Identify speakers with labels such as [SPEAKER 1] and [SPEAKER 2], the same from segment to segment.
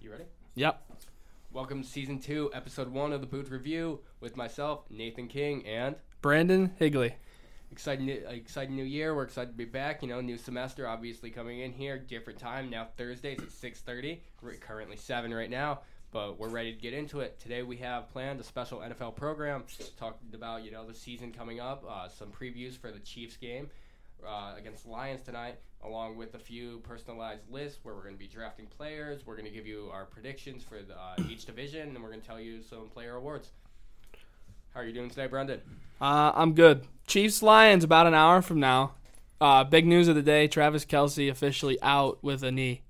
[SPEAKER 1] You ready?
[SPEAKER 2] Yep.
[SPEAKER 1] Welcome to season two, episode one of the Booth Review with myself, Nathan King, and
[SPEAKER 2] Brandon Higley.
[SPEAKER 1] exciting, new- exciting new year. We're excited to be back. You know, new semester obviously coming in here, different time now. Thursdays at six thirty. We're currently seven right now, but we're ready to get into it. Today we have planned a special NFL program, talking about you know the season coming up, uh, some previews for the Chiefs game. Uh, against the Lions tonight, along with a few personalized lists where we're going to be drafting players. We're going to give you our predictions for the, uh, each division, and we're going to tell you some player awards. How are you doing today, Brendan?
[SPEAKER 2] Uh, I'm good. Chiefs Lions about an hour from now. Uh, big news of the day: Travis Kelsey officially out with a knee.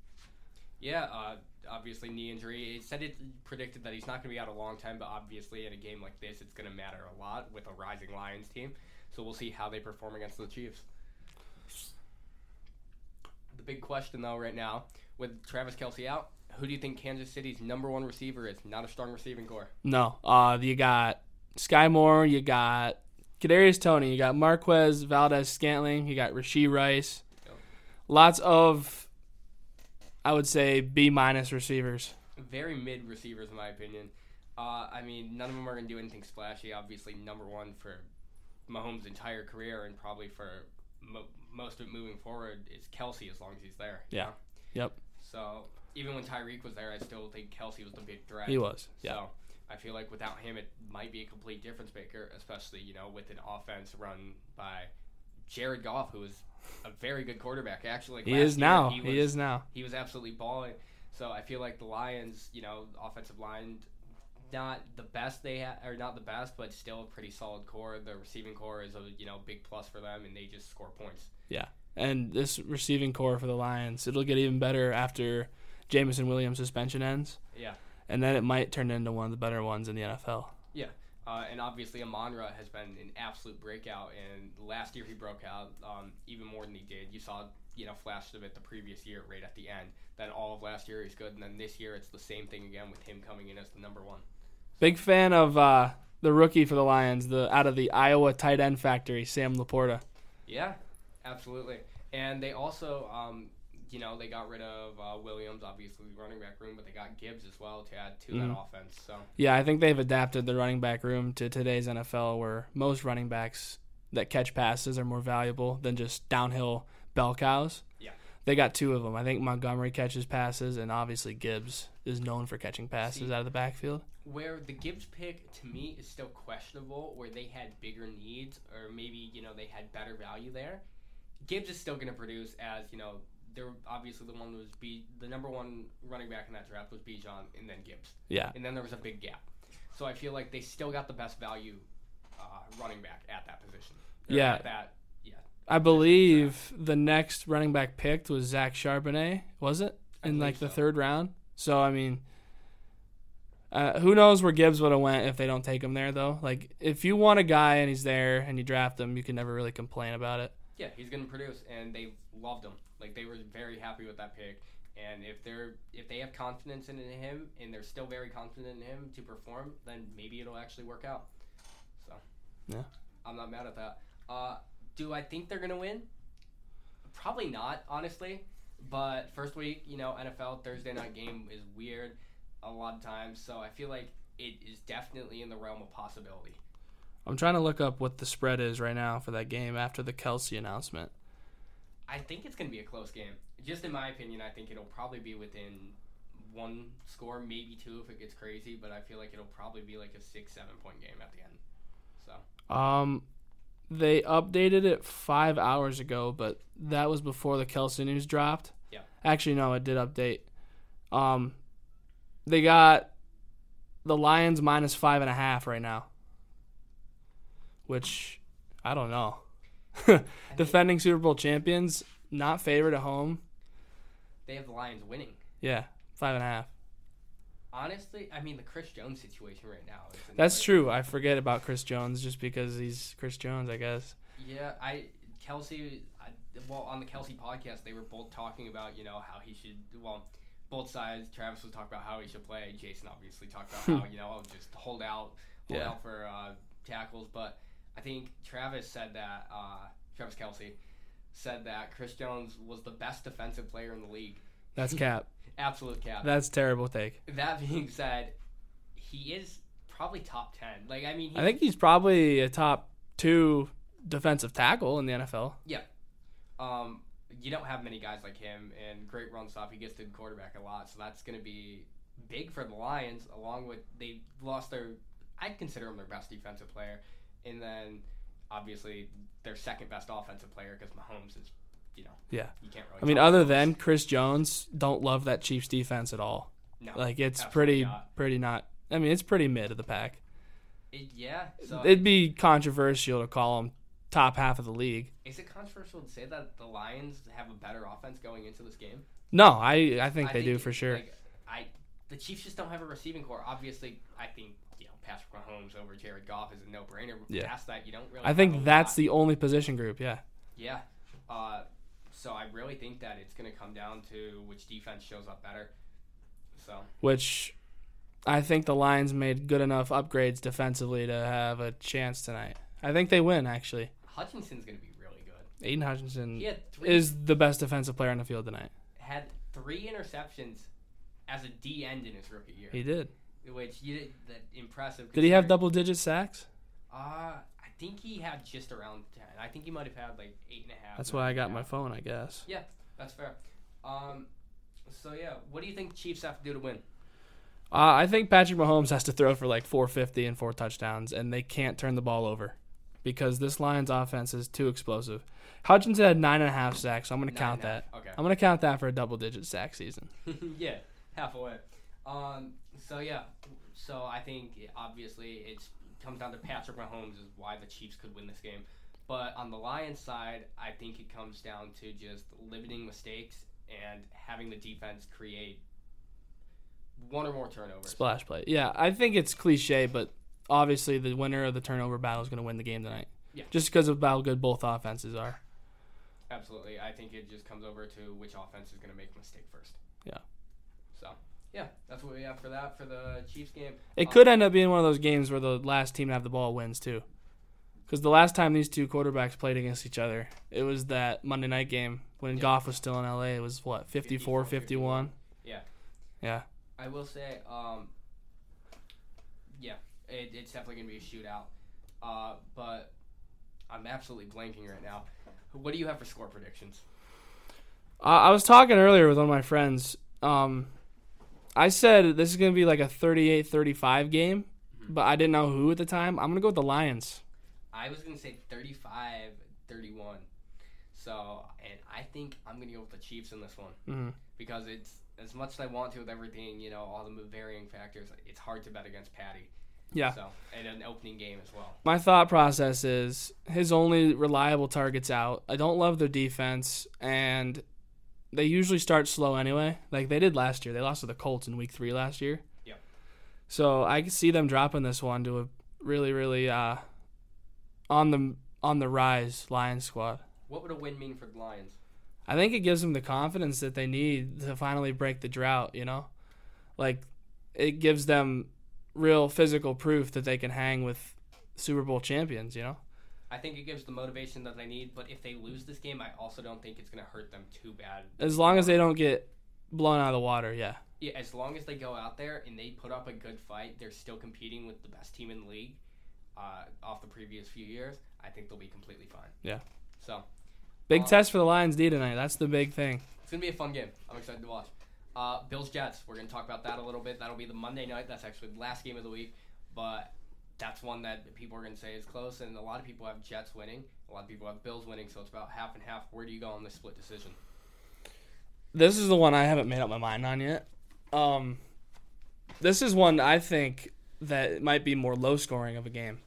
[SPEAKER 1] Yeah, uh, obviously knee injury. It said it predicted that he's not going to be out a long time, but obviously in a game like this, it's going to matter a lot with a rising Lions team. So we'll see how they perform against the Chiefs. The big question though, right now, with Travis Kelsey out, who do you think Kansas City's number one receiver is? Not a strong receiving core.
[SPEAKER 2] No. Uh, you got Sky Moore. You got Kadarius Tony. You got Marquez Valdez Scantling. You got Rasheed Rice.
[SPEAKER 1] Yep.
[SPEAKER 2] Lots of, I would say, B minus receivers.
[SPEAKER 1] very mid receivers in my opinion. Uh, I mean, none of them are going to do anything splashy. Obviously, number one for Mahomes' entire career and probably for mo- most of it moving forward is Kelsey as long as he's there. you
[SPEAKER 2] Yeah.
[SPEAKER 1] know?
[SPEAKER 2] Yep.
[SPEAKER 1] So even when Tyreek was there, I still think Kelsey was the big threat.
[SPEAKER 2] He was. Yeah.
[SPEAKER 1] So I feel like without him, it might be a complete difference maker, especially you know with an offense run by Jared Goff, who is a very good quarterback. Actually, like
[SPEAKER 2] He
[SPEAKER 1] last
[SPEAKER 2] is
[SPEAKER 1] year,
[SPEAKER 2] now.
[SPEAKER 1] He,
[SPEAKER 2] He,
[SPEAKER 1] was,
[SPEAKER 2] is now.
[SPEAKER 1] he was absolutely balling. So I feel like the Lions, you know, offensive line, not the best they ha- or not the best, but still a pretty solid core. The receiving core is a you know big plus for them, and they just score points.
[SPEAKER 2] And this receiving core for the Lions, it'll get even better after Jamison Williams suspension ends.
[SPEAKER 1] Yeah.
[SPEAKER 2] And then it might turn into one of the better ones in the NFL.
[SPEAKER 1] Uh, and obviously, Amonra has been an absolute breakout. And last year he broke out um, even more than he did. You saw you know flashes of it the previous year, right at the end. Then all of last year he's good, and then this year it's the same thing again with him coming in as the number one.
[SPEAKER 2] Big fan of uh, the rookie for the Lions, the out of the Iowa tight end factory, Sam Laporta.
[SPEAKER 1] Yeah, absolutely. And they also, um, you know, they got rid of uh, Williams, obviously the running back room, but they got Gibbs as well to add to that
[SPEAKER 2] Mhm.
[SPEAKER 1] offense. So
[SPEAKER 2] Yeah, I think they've adapted the running back room to today's NFL, where most running backs that catch passes are more valuable than just downhill bell cows.
[SPEAKER 1] Yeah.
[SPEAKER 2] They got two of them. I think Montgomery catches passes, and obviously Gibbs is known for catching passes
[SPEAKER 1] See-
[SPEAKER 2] out of the backfield.
[SPEAKER 1] where the Gibbs pick to me is still questionable, where they had bigger needs or maybe you know they had better value there. Gibbs is still going to produce as you know. They're obviously the one that was B, the number one running back in that draft was Bijan and then Gibbs.
[SPEAKER 2] Yeah.
[SPEAKER 1] And then there was a big gap. So I feel like they still got the best value uh, running back at that position. Or
[SPEAKER 2] Yeah.
[SPEAKER 1] At that
[SPEAKER 2] I believe the next running back picked was Zach Charbonnet, was it?
[SPEAKER 1] I
[SPEAKER 2] In
[SPEAKER 1] believe
[SPEAKER 2] like the
[SPEAKER 1] so.
[SPEAKER 2] third round. So I mean, uh, who knows where Gibbs would have went if they don't take him there though. Like if you want a guy and he's there and you draft him, you can never really complain about it.
[SPEAKER 1] Yeah, he's gonna produce, and they loved him. Like they were very happy with that pick. And if they're if they have confidence in him, and they're still very confident in him to perform, then maybe it'll actually work out. So,
[SPEAKER 2] Yeah.
[SPEAKER 1] I'm not mad at that. Uh, do I think they're gonna win? Probably not, honestly. But first week, you know, NFL Thursday night game is weird a lot of times, so I feel like it is definitely in the realm of possibility.
[SPEAKER 2] I'm trying to look up what the spread is right now for that game after the Kelsey announcement.
[SPEAKER 1] I think it's going to be a close game. Just in my opinion, I think it'll probably be within one score, maybe two if it gets crazy, but I feel like it'll probably be like a six, seven point game at the end. So,
[SPEAKER 2] Um, they updated it five hours ago, but that was before the Kelsey news dropped.
[SPEAKER 1] Yeah.
[SPEAKER 2] Actually, no, it did update. Um, they got the Lions minus five and a half right now, which I don't know.
[SPEAKER 1] I think
[SPEAKER 2] Defending Super Bowl champions, not favored at home.
[SPEAKER 1] they have the Lions winning.
[SPEAKER 2] Yeah, five and a half.
[SPEAKER 1] Honestly, I mean, the Chris Jones situation right now. Is another-
[SPEAKER 2] That's true. I forget about Chris Jones just because he's Chris Jones, I guess.
[SPEAKER 1] Yeah, I Kelsey. I, well, on the Kelsey podcast, they were both talking about you know how he should. Well, both sides. Travis was talking about how he should play. Jason obviously talked about how you know I'll just hold out, hold
[SPEAKER 2] Yeah.
[SPEAKER 1] out for uh, tackles. But I think Travis said that uh, Travis Kelsey said that Chris Jones was the best defensive player in the league.
[SPEAKER 2] That's cap.
[SPEAKER 1] Absolute cap.
[SPEAKER 2] That's a terrible take.
[SPEAKER 1] That being said, he is probably top ten. Like I mean, he,
[SPEAKER 2] I think he's probably a top two defensive tackle in the NFL.
[SPEAKER 1] um, you don't have many guys like him, and great run stop. He gets to the quarterback a lot, so that's going to be big for the Lions. Along with they lost their, I'd consider him their best defensive player, and then obviously their second best offensive player because Mahomes is, you know,
[SPEAKER 2] Yeah.
[SPEAKER 1] you can't really.
[SPEAKER 2] I mean,
[SPEAKER 1] talk
[SPEAKER 2] other
[SPEAKER 1] Mahomes.
[SPEAKER 2] than Chris Jones, don't love that Chiefs defense at all.
[SPEAKER 1] no,
[SPEAKER 2] Like it's
[SPEAKER 1] Absolutely
[SPEAKER 2] pretty,
[SPEAKER 1] not.
[SPEAKER 2] pretty not. I mean, it's pretty mid of the pack.
[SPEAKER 1] it, yeah. So is
[SPEAKER 2] It'd be controversial to call him top half of the league.
[SPEAKER 1] it controversial to say that the Lions have a better offense going into this game?
[SPEAKER 2] No, I I think
[SPEAKER 1] I
[SPEAKER 2] they do for sure.
[SPEAKER 1] Like, I the Chiefs just don't have a receiving core. Obviously, I think you know Patrick Mahomes over Jared Goff is a no brainer. But
[SPEAKER 2] Yeah.
[SPEAKER 1] past that, you don't really.
[SPEAKER 2] I
[SPEAKER 1] have a
[SPEAKER 2] think that's
[SPEAKER 1] lot.
[SPEAKER 2] the only position group. Yeah.
[SPEAKER 1] yeah. Uh, so I really think that it's going to come down to which defense shows up better. So
[SPEAKER 2] Which I think the Lions made good enough upgrades defensively to have a chance tonight. I think they win actually.
[SPEAKER 1] Hutchinson's going to be really good.
[SPEAKER 2] Aiden Hutchinson
[SPEAKER 1] He had three
[SPEAKER 2] is the best defensive player on the field tonight.
[SPEAKER 1] had three interceptions as a D end in his rookie year,
[SPEAKER 2] He did.
[SPEAKER 1] which you did that impressive.
[SPEAKER 2] Did he have
[SPEAKER 1] considering-
[SPEAKER 2] double digit sacks?
[SPEAKER 1] Uh, I think he had just around ten. I think he might have had like eight and a half.
[SPEAKER 2] That's why I got
[SPEAKER 1] nine.
[SPEAKER 2] my phone, I guess.
[SPEAKER 1] That's fair. Um, so yeah, what do you think Chiefs have to do to win?
[SPEAKER 2] Uh, I think Patrick Mahomes has to throw for like 450 and four touchdowns, and they can't turn the ball over because this Lions offense is too explosive. Hutchinson had nine and a half sacks, so I'm going to count that. I'm going to count that for a double digit sack season.
[SPEAKER 1] Okay. yeah, halfway. Um, so yeah, so I think it- obviously it's comes down to Patrick Mahomes is why the Chiefs could win this game. But on the Lions side, I think it comes down to just limiting mistakes and having the defense create one or more turnovers.
[SPEAKER 2] Splash play. Yeah, I think it's cliche, but obviously the winner of the turnover battle is going to win the game tonight.
[SPEAKER 1] Yeah.
[SPEAKER 2] Just because of how good both offenses are.
[SPEAKER 1] Absolutely. I think it just comes over to which offense is going to make a mistake first.
[SPEAKER 2] Yeah.
[SPEAKER 1] So, yeah, that's what we have for that for the Chiefs game.
[SPEAKER 2] It could end up being one of those games where the last team to have the ball wins too. Because the last time these two quarterbacks played against each other, it was that Monday night game when
[SPEAKER 1] Yeah.
[SPEAKER 2] Goff was still in LA. It was what 54 51.
[SPEAKER 1] Yeah.
[SPEAKER 2] Yeah.
[SPEAKER 1] I will say, um, yeah, it, it's definitely going to be a shootout. Uh, but I'm absolutely blanking right now. What do you have for score predictions?
[SPEAKER 2] I I was talking earlier with one of my friends. Um, I said this is going to be like a 38 35 game, but I didn't know who at the time. I'm going to go with the Lions.
[SPEAKER 1] I was going to say 35 31. So, and I think I'm going to go with the Chiefs in this one.
[SPEAKER 2] hmm
[SPEAKER 1] because it's as much as I want to with everything, you know, all the varying factors. It's hard to bet against Patty.
[SPEAKER 2] Yeah.
[SPEAKER 1] So and an opening game as well.
[SPEAKER 2] My thought process is his only reliable targets out. I don't love their defense, and they usually start slow anyway. Like they did last year. They lost to the Colts in week three last year.
[SPEAKER 1] Yep.
[SPEAKER 2] So I could see them dropping this one to a really, really uh, on the on the rise Lions squad.
[SPEAKER 1] What would a win mean for the Lions?
[SPEAKER 2] I think it gives them the confidence that they need to finally break the drought, you know? Like it gives them real physical proof that they can hang with Super Bowl champions, you know?
[SPEAKER 1] I think it gives the motivation that they need, but if they lose this game, I also don't think it's going to hurt them too bad.
[SPEAKER 2] As long as they don't get blown out of the water, yeah.
[SPEAKER 1] Yeah, as long as they go out there and they put up a good fight, they're still competing with the best team in the league uh, off the previous few years. I think they'll be completely fine.
[SPEAKER 2] Yeah.
[SPEAKER 1] So
[SPEAKER 2] Big
[SPEAKER 1] Uh,
[SPEAKER 2] test for the Lions D tonight. That's the big thing.
[SPEAKER 1] It's gonna be a fun game. I'm excited to watch. Uh, Bills Jets. We're gonna talk about that a little bit. That'll be the Monday night. That's actually the last game of the week, but that's one that people are gonna say is close. And a lot of people have Jets winning. A lot of people have Bills winning. So it's about half and half. Where do you go on this split decision?
[SPEAKER 2] This is the one I haven't made up my mind on yet. Um this is one I think that might be more low scoring of a game.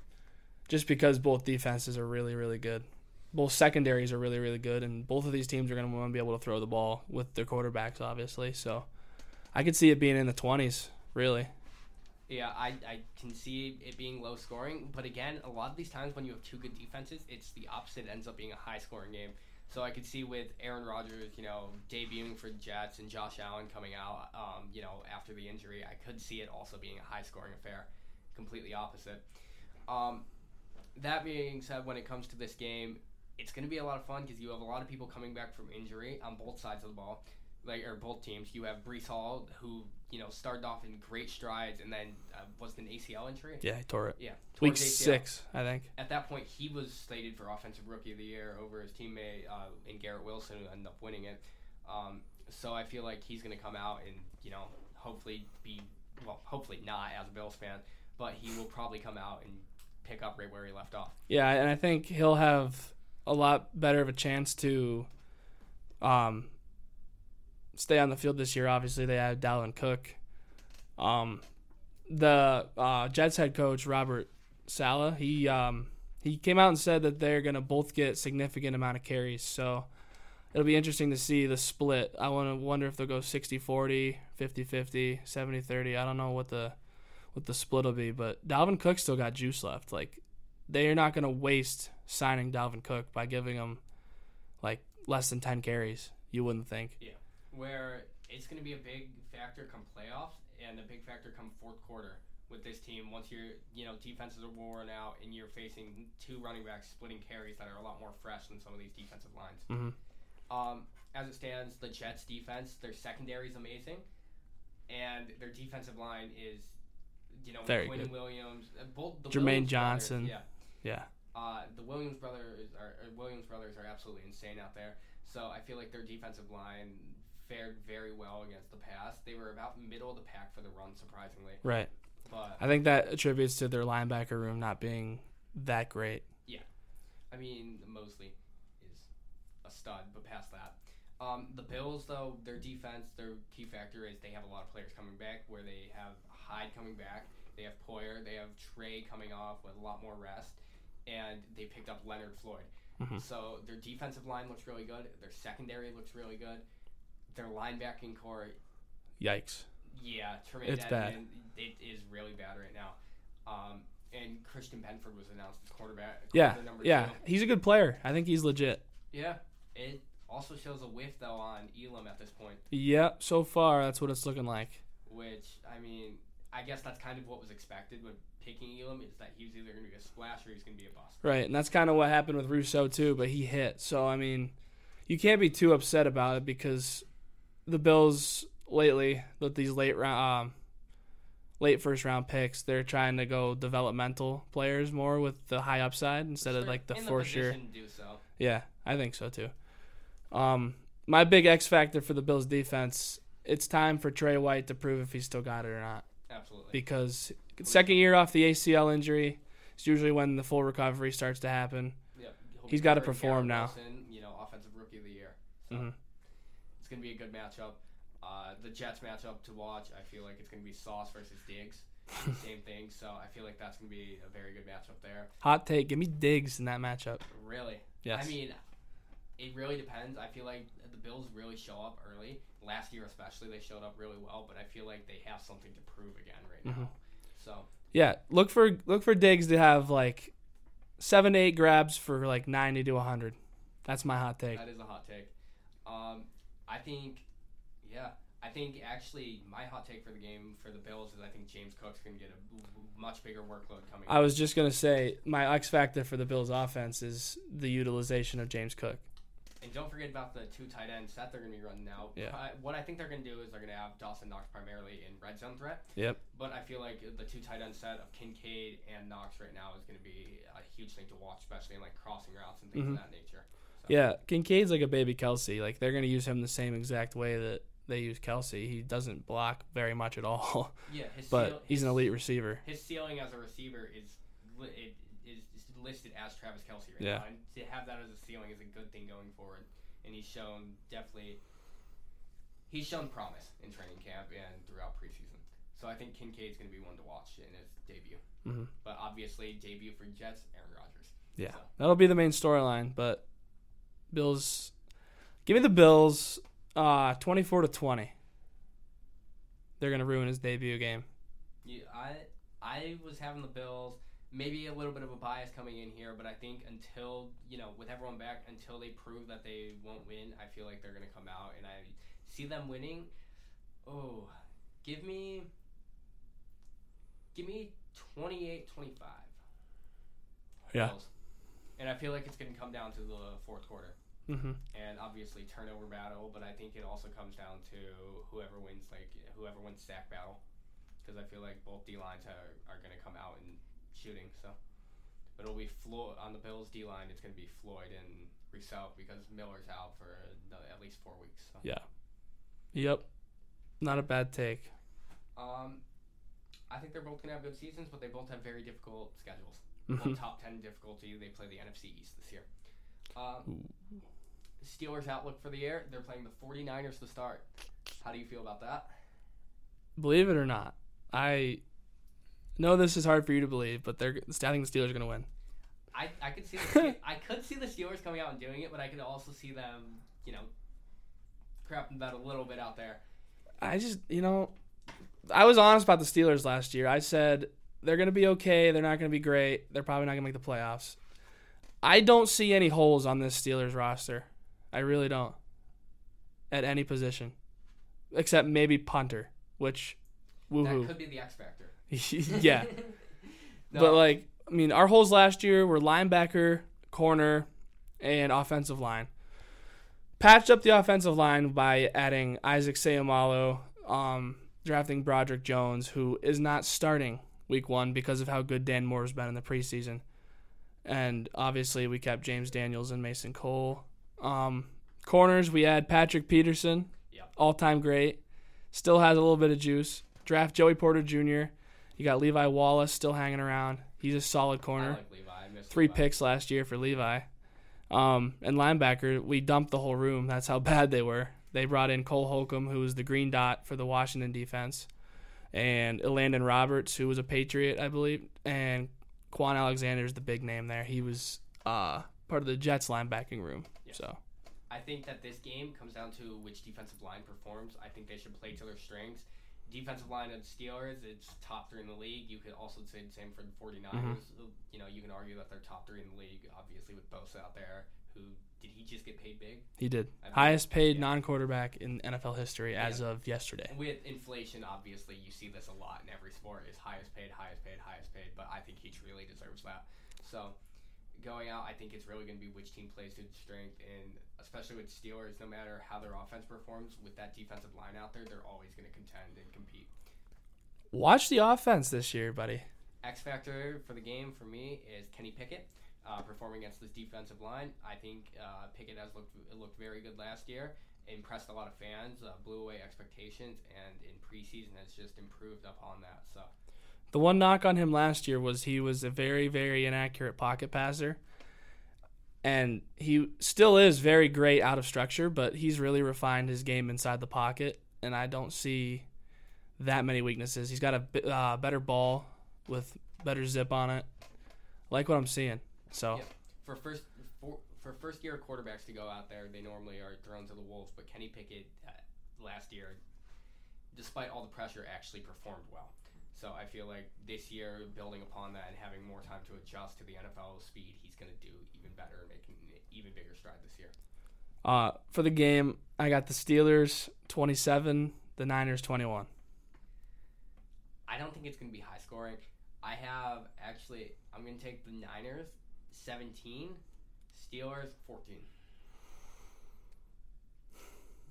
[SPEAKER 2] Just because both defenses are really, really good. Both secondaries are really, really good, and both of these teams are going to want to be able to throw the ball with their quarterbacks, obviously. So I could see it being in the 20s, really.
[SPEAKER 1] Yeah, I, I can see it being low scoring, but again, a lot of these times when you have two good defenses, it's the opposite. It ends up being a high scoring game. So I could see with Aaron Rodgers, you know, debuting for the Jets and Josh Allen coming out, um, you know, after the injury, I could see it also being a high scoring affair, completely opposite. Um, that being said, when it comes to this game, it's going to be a lot of fun because you have a lot of people coming back from injury on both sides of the ball. like or both teams, you have Brees Hall, who you know started off in great strides, and then uh, was it an ACL injury.
[SPEAKER 2] Yeah, he tore it.
[SPEAKER 1] Yeah,
[SPEAKER 2] Week
[SPEAKER 1] towards ACL.
[SPEAKER 2] six, I think.
[SPEAKER 1] At that point, he was slated for offensive rookie of the year over his teammate uh, and Garrett Wilson, who ended up winning it. Um, so I feel like he's going to come out and you know hopefully be well, hopefully not as a Bills fan, but he will probably come out and pick up right where he left off.
[SPEAKER 2] Yeah, and I think he'll have a lot better of a chance to um, stay on the field this year. Obviously, they have Dalvin Cook. Um, the uh, Jets head coach Robert Sala he um, he came out and said that they're going to both get significant amount of carries. So it'll be interesting to see the split. I want to wonder if they'll go 60-40, 50-50, 70-30. I don't know what the what the split will be, but Dalvin Cook still got juice left. Like they are not going to waste signing Dalvin Cook by giving him like less than 10 carries. You wouldn't think.
[SPEAKER 1] where it's going to be a big factor come playoffs and a big factor come fourth quarter with this team. Once your you know defenses are worn out and you're facing two running backs splitting carries that are a lot more fresh than some of these defensive lines.
[SPEAKER 2] Mhm.
[SPEAKER 1] Um, as it stands, the Jets' defense, their secondary is amazing, and their defensive line is, you know,
[SPEAKER 2] Very
[SPEAKER 1] Quinn
[SPEAKER 2] good.
[SPEAKER 1] Williams, uh, both the
[SPEAKER 2] Jermaine
[SPEAKER 1] Williams brothers,
[SPEAKER 2] Johnson.
[SPEAKER 1] yeah.
[SPEAKER 2] Yeah.
[SPEAKER 1] Uh, the Williams brothers are uh, Williams brothers are absolutely insane out there. So I feel like their defensive line fared very well against the pass. They were about middle of the pack for the run, surprisingly.
[SPEAKER 2] Right.
[SPEAKER 1] But
[SPEAKER 2] I think that attributes to their linebacker room not being that great.
[SPEAKER 1] I mean, Mosley is a stud. But past that, um, the Bills though their defense, their key factor is they have a lot of players coming back. Where they have Hyde coming back, they have Poyer, they have Trey coming off with a lot more rest, and they picked up Leonard Floyd.
[SPEAKER 2] Mhm.
[SPEAKER 1] So their defensive line looks really good. Their secondary looks really good. Their linebacking core,
[SPEAKER 2] Yikes.
[SPEAKER 1] yeah, Tremaine
[SPEAKER 2] It's bad.
[SPEAKER 1] Edmonds, it is really bad right now. Um, and Christian Benford was announced as quarterback.
[SPEAKER 2] Yeah.
[SPEAKER 1] quarter number
[SPEAKER 2] Yeah.
[SPEAKER 1] two.
[SPEAKER 2] He's a good player. I think he's legit.
[SPEAKER 1] Yeah. It also shows a whiff though on Elam at this point,
[SPEAKER 2] Yep. So far, that's what it's looking like.
[SPEAKER 1] which I mean, I guess that's kind of what was expected when picking Elam is that he was either going to be a splash or he was going to be a bust.
[SPEAKER 2] Right. And that's kind of what happened with Rousseau, too, but he hit. So, I mean, you can't be too upset about it because the Bills lately, with these late round, um, late first round picks, they're trying to go developmental players more with the high upside instead of
[SPEAKER 1] Sure,
[SPEAKER 2] like the
[SPEAKER 1] in
[SPEAKER 2] for
[SPEAKER 1] the
[SPEAKER 2] sure.
[SPEAKER 1] position to do so.
[SPEAKER 2] Yeah, I think so too. Um, my big X factor for the Bills defense, it's time for Trey White to prove if he's still got it or not.
[SPEAKER 1] Absolutely.
[SPEAKER 2] Because second year off the ACL injury is usually when the full recovery starts to happen.
[SPEAKER 1] Yep. He'll
[SPEAKER 2] He's
[SPEAKER 1] be
[SPEAKER 2] gotta
[SPEAKER 1] covering Garrett
[SPEAKER 2] perform now.
[SPEAKER 1] Wilson, you know, offensive rookie of the year. So
[SPEAKER 2] Mhm.
[SPEAKER 1] it's going to be a good matchup. Uh, the Jets matchup to watch, I feel like it's going to be Sauce versus Diggs. Same thing. So I feel like that's going to be a very good matchup there.
[SPEAKER 2] Hot take, give me digs in that matchup.
[SPEAKER 1] Really.
[SPEAKER 2] Yes.
[SPEAKER 1] I mean, it really depends. I feel like the Bills really show up early. Last year, especially, they showed up really well, but I feel like they have something to prove again right
[SPEAKER 2] Mm-hmm.
[SPEAKER 1] now. So,
[SPEAKER 2] yeah, look for look for digs to have like seven to eight grabs for like ninety to hundred. That's my hot take.
[SPEAKER 1] that is a hot take. Um, I think, yeah, I think actually my hot take for the game for the Bills is I think James Cook's going to get a m- much bigger workload coming.
[SPEAKER 2] I was just gonna say my X factor for the Bills offense is the utilization of James Cook.
[SPEAKER 1] And don't forget about the two tight ends that they're going to be running now.
[SPEAKER 2] Yeah.
[SPEAKER 1] I, what I think they're going to do is they're going to have Dawson Knox primarily in red zone threat.
[SPEAKER 2] Yep.
[SPEAKER 1] But I feel like the two tight end set of Kincaid and Knox right now is going to be a huge thing to watch, especially in like crossing routes and things
[SPEAKER 2] Mm-hmm.
[SPEAKER 1] of that nature.
[SPEAKER 2] Yeah, Kincaid's like a baby Kelsey. Like they're gonna use him the same exact way that they use Kelsey. He doesn't block very much at all,
[SPEAKER 1] Yeah, his
[SPEAKER 2] but he's an
[SPEAKER 1] his,
[SPEAKER 2] elite receiver.
[SPEAKER 1] His ceiling as a receiver is li- it is is listed as Travis Kelsey right
[SPEAKER 2] Yeah.
[SPEAKER 1] now, and to have that as a ceiling is a good thing going forward. And he's shown definitely he's shown promise in training camp and throughout preseason. So I think Kincaid's going to be one to watch in his debut.
[SPEAKER 2] Mhm.
[SPEAKER 1] But obviously, debut for Jets, Aaron Rodgers.
[SPEAKER 2] Yeah,
[SPEAKER 1] So.
[SPEAKER 2] that'll be the main storyline. But Bills, give me the Bills, uh, twenty-four to twenty. They're gonna ruin his debut game.
[SPEAKER 1] Yeah, I I was having the Bills. Maybe a little bit of a bias coming in here, but I think until you know, with everyone back, until they prove that they won't win, I feel like they're gonna come out, and I see them winning. Oh, give me, give me 28-25.
[SPEAKER 2] Yeah.
[SPEAKER 1] Bills. And I feel like it's gonna come down to the fourth quarter.
[SPEAKER 2] Mm-hmm.
[SPEAKER 1] and obviously turnover battle, but I think it also comes down to whoever wins, like whoever wins sack battle, because I feel like both D lines are, are going to come out and shooting. So, but it'll be Floyd on the Bills D line. It's going to be Floyd and Rousseau because Miller's out for another, at least four weeks. So.
[SPEAKER 2] Yep. Not a bad take.
[SPEAKER 1] Um, I think they're both going to have good seasons, but they both have very difficult schedules.
[SPEAKER 2] Mhm.
[SPEAKER 1] Well, top 10 difficulty. They play the NFC East this year. Um, Steelers' outlook for the year, they're playing the 49ers to start. How do you feel about that?
[SPEAKER 2] Believe it or not, I know this is hard for you to believe, but they're I think the Steelers are gonna win.
[SPEAKER 1] I, I could see the, Ste- I could see the Steelers coming out and doing it, but I could also see them, you know, crapping that a little bit out there.
[SPEAKER 2] I just you know, I was honest about the Steelers last year. I said they're gonna be okay. They're not gonna be great. They're probably not gonna make the playoffs. I don't see any holes on this Steelers roster. I really don't. At any position, except maybe punter, which,
[SPEAKER 1] That
[SPEAKER 2] woohoo,
[SPEAKER 1] could be the X factor.
[SPEAKER 2] yeah.
[SPEAKER 1] No,
[SPEAKER 2] But like, I mean, our holes last year were linebacker, corner, and offensive line. Patched up the offensive line by adding Isaac Sayamalo, um, drafting Broderick Jones, who is not starting week one because of how good Dan Moore's been in the preseason. And obviously, we kept James Daniels and Mason Cole. Um, corners, we add Patrick Peterson,
[SPEAKER 1] Yep.
[SPEAKER 2] all time great. Still has a little bit of juice. Draft Joey Porter Jr. You got Levi Wallace still hanging around. He's a solid
[SPEAKER 1] I
[SPEAKER 2] corner
[SPEAKER 1] like Levi. I miss
[SPEAKER 2] three
[SPEAKER 1] Levi.
[SPEAKER 2] picks last year for Levi. Um, and linebacker, we dumped the whole room. That's how bad they were. They brought in Cole Holcomb, who was the green dot for the Washington defense, and Landon Roberts, who was a Patriot, I believe, and Quan Alexander's the big name there. He was uh, part of the Jets linebacking room.
[SPEAKER 1] Yeah.
[SPEAKER 2] So
[SPEAKER 1] I think that this game comes down to which defensive line performs. I think they should play to their strengths. Defensive line of Steelers, it's top three in the league. You could also say the same for the 49ers. You know, you can argue that they're top three in the league, obviously, with Bosa out there. Who did he just get paid big?
[SPEAKER 2] he did
[SPEAKER 1] I mean,
[SPEAKER 2] highest paid
[SPEAKER 1] yeah.
[SPEAKER 2] non-quarterback in NFL history as of yesterday.
[SPEAKER 1] With inflation, obviously, you see this a lot in every sport is highest paid, highest paid, highest paid, but I think he truly deserves that. So, going out, I think it's really going to be which team plays to its strength, and especially with Steelers, no matter how their offense performs, with that defensive line out there, they're always going to contend and compete.
[SPEAKER 2] Watch the offense this year, buddy.
[SPEAKER 1] X factor for the game for me is Kenny Pickett. Uh, performing against this defensive line, I think uh, Pickett has looked looked very good last year. Impressed a lot of fans, uh, blew away expectations, and in preseason has just improved upon that. So
[SPEAKER 2] The one knock on him last year was he was a very, very inaccurate pocket passer. And he still is very great out of structure, but he's really refined his game inside the pocket. And I don't see that many weaknesses. He's got a bi- uh, better ball with better zip on it. Like what I'm seeing. So,
[SPEAKER 1] Yeah. for first for, for first year quarterbacks to go out there, they normally are thrown to the wolves. But Kenny Pickett uh, last year, despite all the pressure, actually performed well. So I feel like this year, building upon that and having more time to adjust to the NFL speed, he's going to do even better and making an even bigger stride this year.
[SPEAKER 2] uh, for the game, I got the Steelers 27, the Niners 21.
[SPEAKER 1] I don't think it's going to be high scoring. I have actually, I'm going to take the Niners 17, Steelers 14.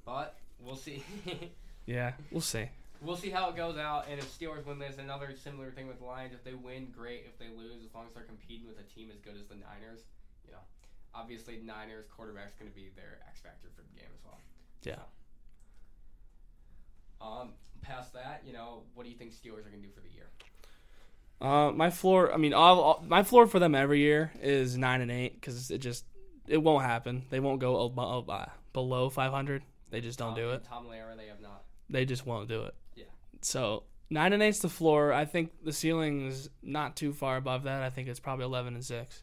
[SPEAKER 1] But we'll see.
[SPEAKER 2] Yeah, we'll see.
[SPEAKER 1] We'll see how it goes out, and if Steelers win this, another similar thing with the Lions. If they win, great. If they lose, as long as they're competing with a team as good as the Niners, you know, obviously Niners quarterback's going to be their X factor for the game as well.
[SPEAKER 2] Yeah.
[SPEAKER 1] Um, past that, you know, what do you think Steelers are going to do for the year?
[SPEAKER 2] Uh, my floor. I mean, all, all- my floor for them every year is nine and eight because it just it won't happen. They won't go ab- ab- uh, below five hundred. They just don't
[SPEAKER 1] Tom,
[SPEAKER 2] do it.
[SPEAKER 1] Tom Lehrer, they have not.
[SPEAKER 2] They just won't do it.
[SPEAKER 1] Yeah.
[SPEAKER 2] So nine and eight's the floor. I think the ceiling is not too far above that. I think it's probably eleven and six.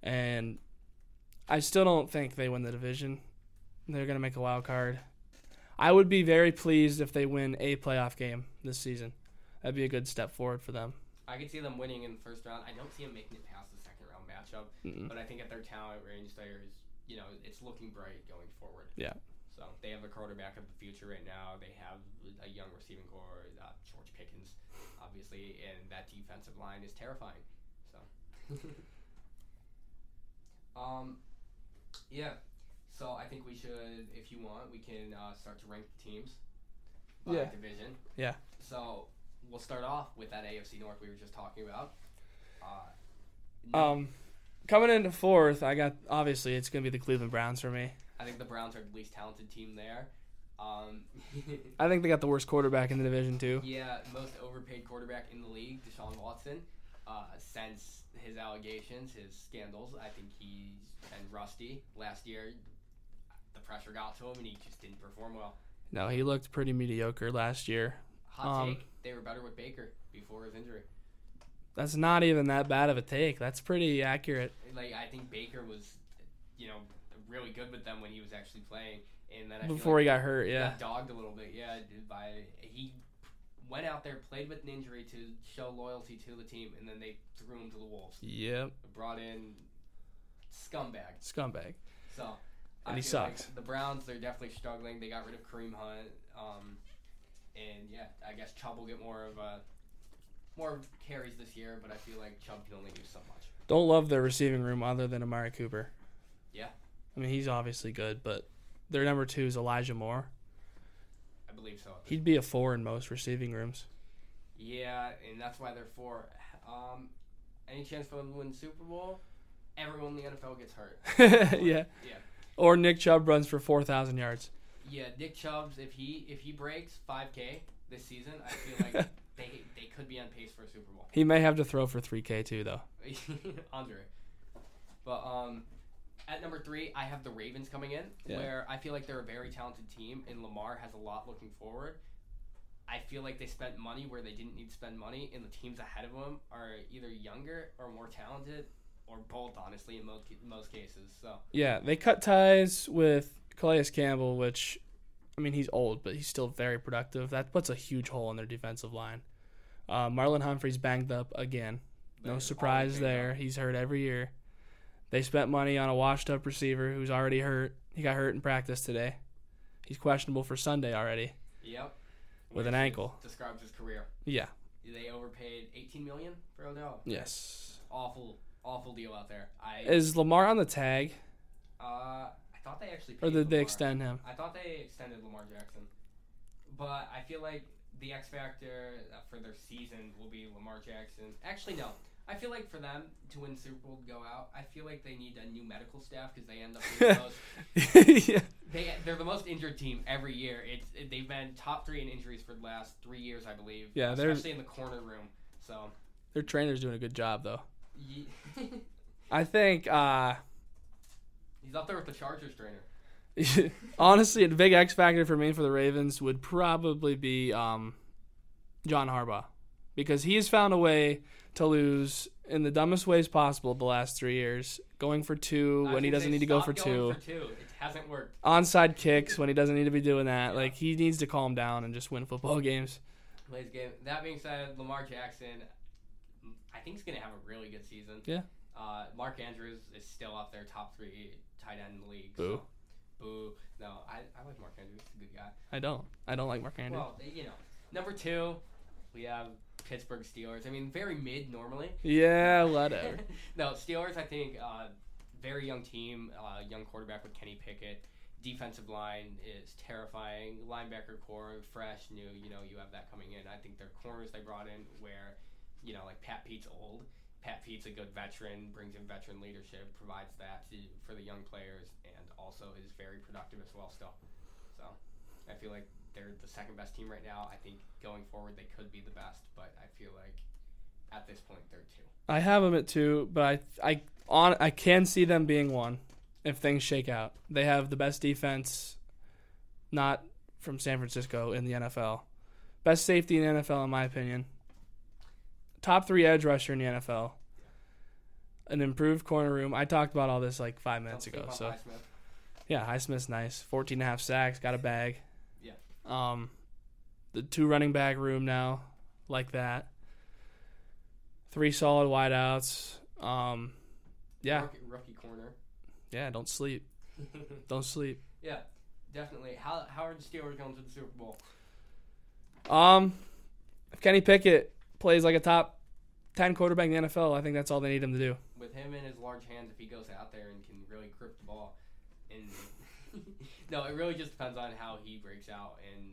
[SPEAKER 2] And I still don't think they win the division. They're gonna make a wild card. I would be very pleased if they win a playoff game this season. That'd be a good step forward for them.
[SPEAKER 1] I could see them winning in the first round. I don't see them making it past the second round matchup,
[SPEAKER 2] Mm-mm.
[SPEAKER 1] but I think at their talent range, there's you know it's looking bright going forward.
[SPEAKER 2] Yeah.
[SPEAKER 1] So they have a quarterback of the future right now. They have a young receiving core, uh, George Pickens, obviously, and that defensive line is terrifying. So, um, yeah, So I think we should, if you want, we can uh, start to rank the teams by
[SPEAKER 2] Yeah.
[SPEAKER 1] division.
[SPEAKER 2] Yeah.
[SPEAKER 1] So we'll start off with that AFC North we were just talking about. Uh,
[SPEAKER 2] Um, coming into fourth, I got obviously it's gonna be the Cleveland Browns for me.
[SPEAKER 1] I think the Browns are the least talented team there. Um,
[SPEAKER 2] I think they got the worst quarterback in the division too.
[SPEAKER 1] yeah, most overpaid quarterback in the league, Deshaun Watson. Uh, since his allegations, his scandals, I think he's been rusty. Last year, the pressure got to him and he just didn't perform well.
[SPEAKER 2] No, he looked pretty mediocre last year.
[SPEAKER 1] Hot
[SPEAKER 2] Um,
[SPEAKER 1] take, they were better with Baker before his injury.
[SPEAKER 2] That's not even that bad of a take. That's pretty accurate.
[SPEAKER 1] Like I think Baker was, you know, really good with them when he was actually playing, and then I feel
[SPEAKER 2] Before
[SPEAKER 1] like
[SPEAKER 2] he got hurt, yeah.
[SPEAKER 1] got dogged a little bit. Yeah, dude, by he went out there, played with an injury to show loyalty to the team, and then they threw him to the wolves.
[SPEAKER 2] Yep.
[SPEAKER 1] Brought in scumbag.
[SPEAKER 2] Scumbag.
[SPEAKER 1] So
[SPEAKER 2] And he
[SPEAKER 1] feel like
[SPEAKER 2] sucks.
[SPEAKER 1] the Browns, they're definitely struggling. They got rid of Kareem Hunt, um, and yeah, I guess Chubb will get more of a more carries this year, but I feel like Chubb can only do so much.
[SPEAKER 2] Don't love their receiving room other than Amari Cooper.
[SPEAKER 1] Yeah.
[SPEAKER 2] I mean, he's obviously good, but their number two is Elijah Moore.
[SPEAKER 1] I believe so.
[SPEAKER 2] He'd be a four in most receiving rooms.
[SPEAKER 1] Yeah, and that's why they're four. Um, any chance for them to win the Super Bowl? Everyone in the NFL gets hurt.
[SPEAKER 2] yeah.
[SPEAKER 1] Yeah.
[SPEAKER 2] Or Nick Chubb runs for 4,000 yards.
[SPEAKER 1] Yeah, Nick Chubb's if he if he breaks 5K this season, I feel like they they could be on pace for a Super Bowl.
[SPEAKER 2] He may have to throw for 3K too, though.
[SPEAKER 1] Andre. But um at number three, I have the Ravens coming in,
[SPEAKER 2] Yeah.
[SPEAKER 1] where I feel like they're a very talented team, and Lamar has a lot looking forward. I feel like they spent money where they didn't need to spend money, and the teams ahead of them are either younger or more talented, or both, honestly, in most, most cases. So
[SPEAKER 2] Yeah, they cut ties with Calais Campbell, which, I mean, he's old, but he's still very productive. That puts a huge hole in their defensive line. Uh, Marlon Humphrey's banged up again. No
[SPEAKER 1] they're
[SPEAKER 2] surprise
[SPEAKER 1] always
[SPEAKER 2] there.
[SPEAKER 1] banged
[SPEAKER 2] He's hurt every year. They spent money on a washed up receiver who's already hurt. He got hurt in practice today. He's questionable for Sunday already.
[SPEAKER 1] up. Yep.
[SPEAKER 2] With an
[SPEAKER 1] Which is-
[SPEAKER 2] ankle.
[SPEAKER 1] Describes his career.
[SPEAKER 2] Yeah.
[SPEAKER 1] They overpaid 18 million for Odell.
[SPEAKER 2] Yes.
[SPEAKER 1] Awful, awful deal out there. I
[SPEAKER 2] Is Lamar on the tag,
[SPEAKER 1] uh, I thought they actually. Paid
[SPEAKER 2] or did they
[SPEAKER 1] Lamar.
[SPEAKER 2] extend him?
[SPEAKER 1] I thought they extended Lamar Jackson, but I feel like the X factor uh, for their season will be Lamar Jackson. Actually, no. I feel like for them to win Super Bowl to go out, I feel like they need a new medical staff because they end up being the most
[SPEAKER 2] yeah.
[SPEAKER 1] they they're the most injured team every year. It's it, they've been top three in injuries for the last three years, I believe.
[SPEAKER 2] Yeah, they're-
[SPEAKER 1] especially in the corner room. So
[SPEAKER 2] Their trainer's doing a good job, though.
[SPEAKER 1] ye-
[SPEAKER 2] I think, uh,
[SPEAKER 1] he's up there with the Chargers trainer.
[SPEAKER 2] honestly, a big X factor for me for the Ravens would probably be um, John Harbaugh because he has found a way to lose in the dumbest ways possible the last three years, going for two
[SPEAKER 1] I
[SPEAKER 2] when he
[SPEAKER 1] think
[SPEAKER 2] doesn't
[SPEAKER 1] they
[SPEAKER 2] need to go for
[SPEAKER 1] stopped
[SPEAKER 2] two,
[SPEAKER 1] going for two. It hasn't worked.
[SPEAKER 2] onside kicks when he doesn't need to be doing that.
[SPEAKER 1] Yeah.
[SPEAKER 2] Like, he needs to calm down and just win football games.
[SPEAKER 1] plays game. That being said, Lamar Jackson, I think he's gonna have a really good season.
[SPEAKER 2] Yeah.
[SPEAKER 1] Uh, Mark Andrews is still up there, top three tight end in the league.
[SPEAKER 2] Boo.
[SPEAKER 1] So, boo. No, I, I like Mark Andrews. He's a good guy.
[SPEAKER 2] I don't. I don't like Mark Andrews.
[SPEAKER 1] Well, you know, number two, we have Pittsburgh Steelers. I mean, very mid normally.
[SPEAKER 2] yeah, whatever.
[SPEAKER 1] no, Steelers. I think uh, very young team, uh, young quarterback with Kenny Pickett. Defensive line is terrifying. Linebacker core, fresh, new. You know, you have that coming in. I think their corners they brought in, where, you know, like Pat Pete's old. Pat Pete's a good veteran, brings in veteran leadership, provides that to, for the young players, and also is very productive as well. Still, so I feel like they're the second best team right now. I think going forward they could be the best, but I feel like at this point they're two.
[SPEAKER 2] I have them at two, but I I on I can see them being one if things shake out. They have the best defense, not from San Francisco in the NFL, best safety in the NFL in my opinion, top three edge rusher in the NFL, an improved corner room. I talked about all this like five minutes
[SPEAKER 1] Don't
[SPEAKER 2] ago.
[SPEAKER 1] sleep on
[SPEAKER 2] So
[SPEAKER 1] Highsmith.
[SPEAKER 2] yeah, Highsmith's nice, 14 and a half sacks, got a bag.
[SPEAKER 1] Yeah.
[SPEAKER 2] Um, the two running back room now, like that. Three solid wideouts. Um, yeah,
[SPEAKER 1] Rookie, rookie corner.
[SPEAKER 2] yeah. Don't sleep. Don't sleep.
[SPEAKER 1] yeah, definitely. How Howard Steelers going to the Super Bowl?
[SPEAKER 2] Um, if Kenny Pickett plays like a top ten quarterback in the NFL, I think that's all they need him to do.
[SPEAKER 1] With him and his large hands, if he goes out there and can really grip the ball and No, it really just depends on how he breaks out, and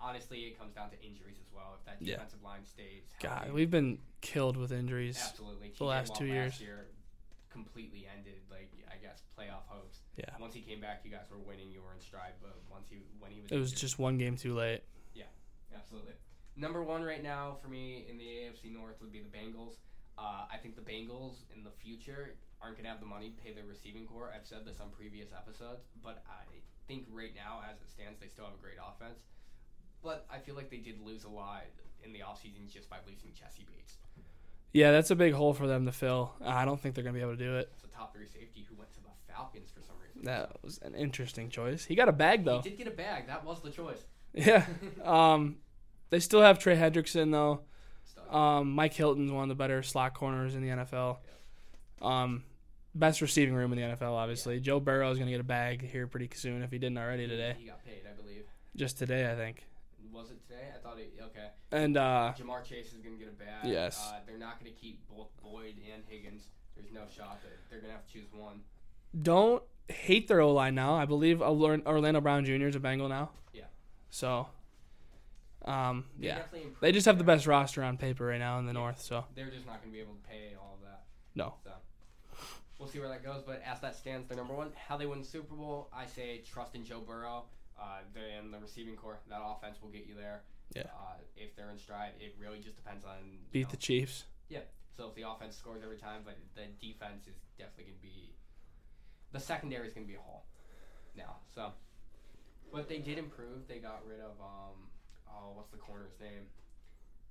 [SPEAKER 1] honestly, it comes down to injuries as well. If that
[SPEAKER 2] Yeah.
[SPEAKER 1] defensive line stays,
[SPEAKER 2] God,
[SPEAKER 1] healthy.
[SPEAKER 2] we've been killed with injuries.
[SPEAKER 1] absolutely
[SPEAKER 2] the last two years.
[SPEAKER 1] year completely ended like I guess playoff hopes.
[SPEAKER 2] Yeah.
[SPEAKER 1] Once he came back, you guys were winning. You were in stride, but once he when he was
[SPEAKER 2] It was
[SPEAKER 1] injured-
[SPEAKER 2] just one game too late.
[SPEAKER 1] Absolutely. Number one right now for me in the AFC North would be the Bengals. Uh, I think the Bengals in the future aren't going to have the money to pay their receiving core. I've said this on previous episodes, but I think right now, as it stands, they still have a great offense. But I feel like they did lose a lot in the offseason just by losing Jesse Bates.
[SPEAKER 2] Yeah, that's a big hole for them to fill. I don't think they're gonna be able to do it.
[SPEAKER 1] That's a top three safety who went to the Falcons for some reason.
[SPEAKER 2] That was an interesting choice. He got a bag though.
[SPEAKER 1] He did get a bag. That was the choice.
[SPEAKER 2] Yeah. Um, they still have Trey Hendrickson though.
[SPEAKER 1] Stuck.
[SPEAKER 2] Um, Mike Hilton's one of the better slot corners in the NFL. Um, best receiving room in the NFL, obviously. Joe Burrow is going to get a bag here pretty soon if he didn't already today.
[SPEAKER 1] He got paid, I believe.
[SPEAKER 2] Just today, I think.
[SPEAKER 1] Was it today? I thought it. Okay.
[SPEAKER 2] And uh,
[SPEAKER 1] Jamar Chase is going to get a bag.
[SPEAKER 2] Yes.
[SPEAKER 1] Uh, they're not going to keep both Boyd and Higgins. There's no shot that they're going to have to choose one.
[SPEAKER 2] don't hate their O line now. I believe Orla- Orlando Brown Jr. is a Bengal now.
[SPEAKER 1] Yeah.
[SPEAKER 2] So, um,
[SPEAKER 1] They
[SPEAKER 2] yeah,
[SPEAKER 1] definitely improved
[SPEAKER 2] they just have the
[SPEAKER 1] there.
[SPEAKER 2] best roster on paper right now in the North. So
[SPEAKER 1] They're just not going to be able to pay all of that.
[SPEAKER 2] No.
[SPEAKER 1] So we'll see where that goes. But as that stands, they're number one. How they win the Super Bowl, I say trust in Joe Burrow. Uh, they're in the receiving core. That offense will get you there.
[SPEAKER 2] Yeah.
[SPEAKER 1] Uh, if they're in stride, it really just depends on you
[SPEAKER 2] beat
[SPEAKER 1] know,
[SPEAKER 2] the Chiefs.
[SPEAKER 1] So if the offense scores every time, but the defense is definitely going to be the secondary is going to be a hole now. So, but they did improve. They got rid of um oh what's the corner's name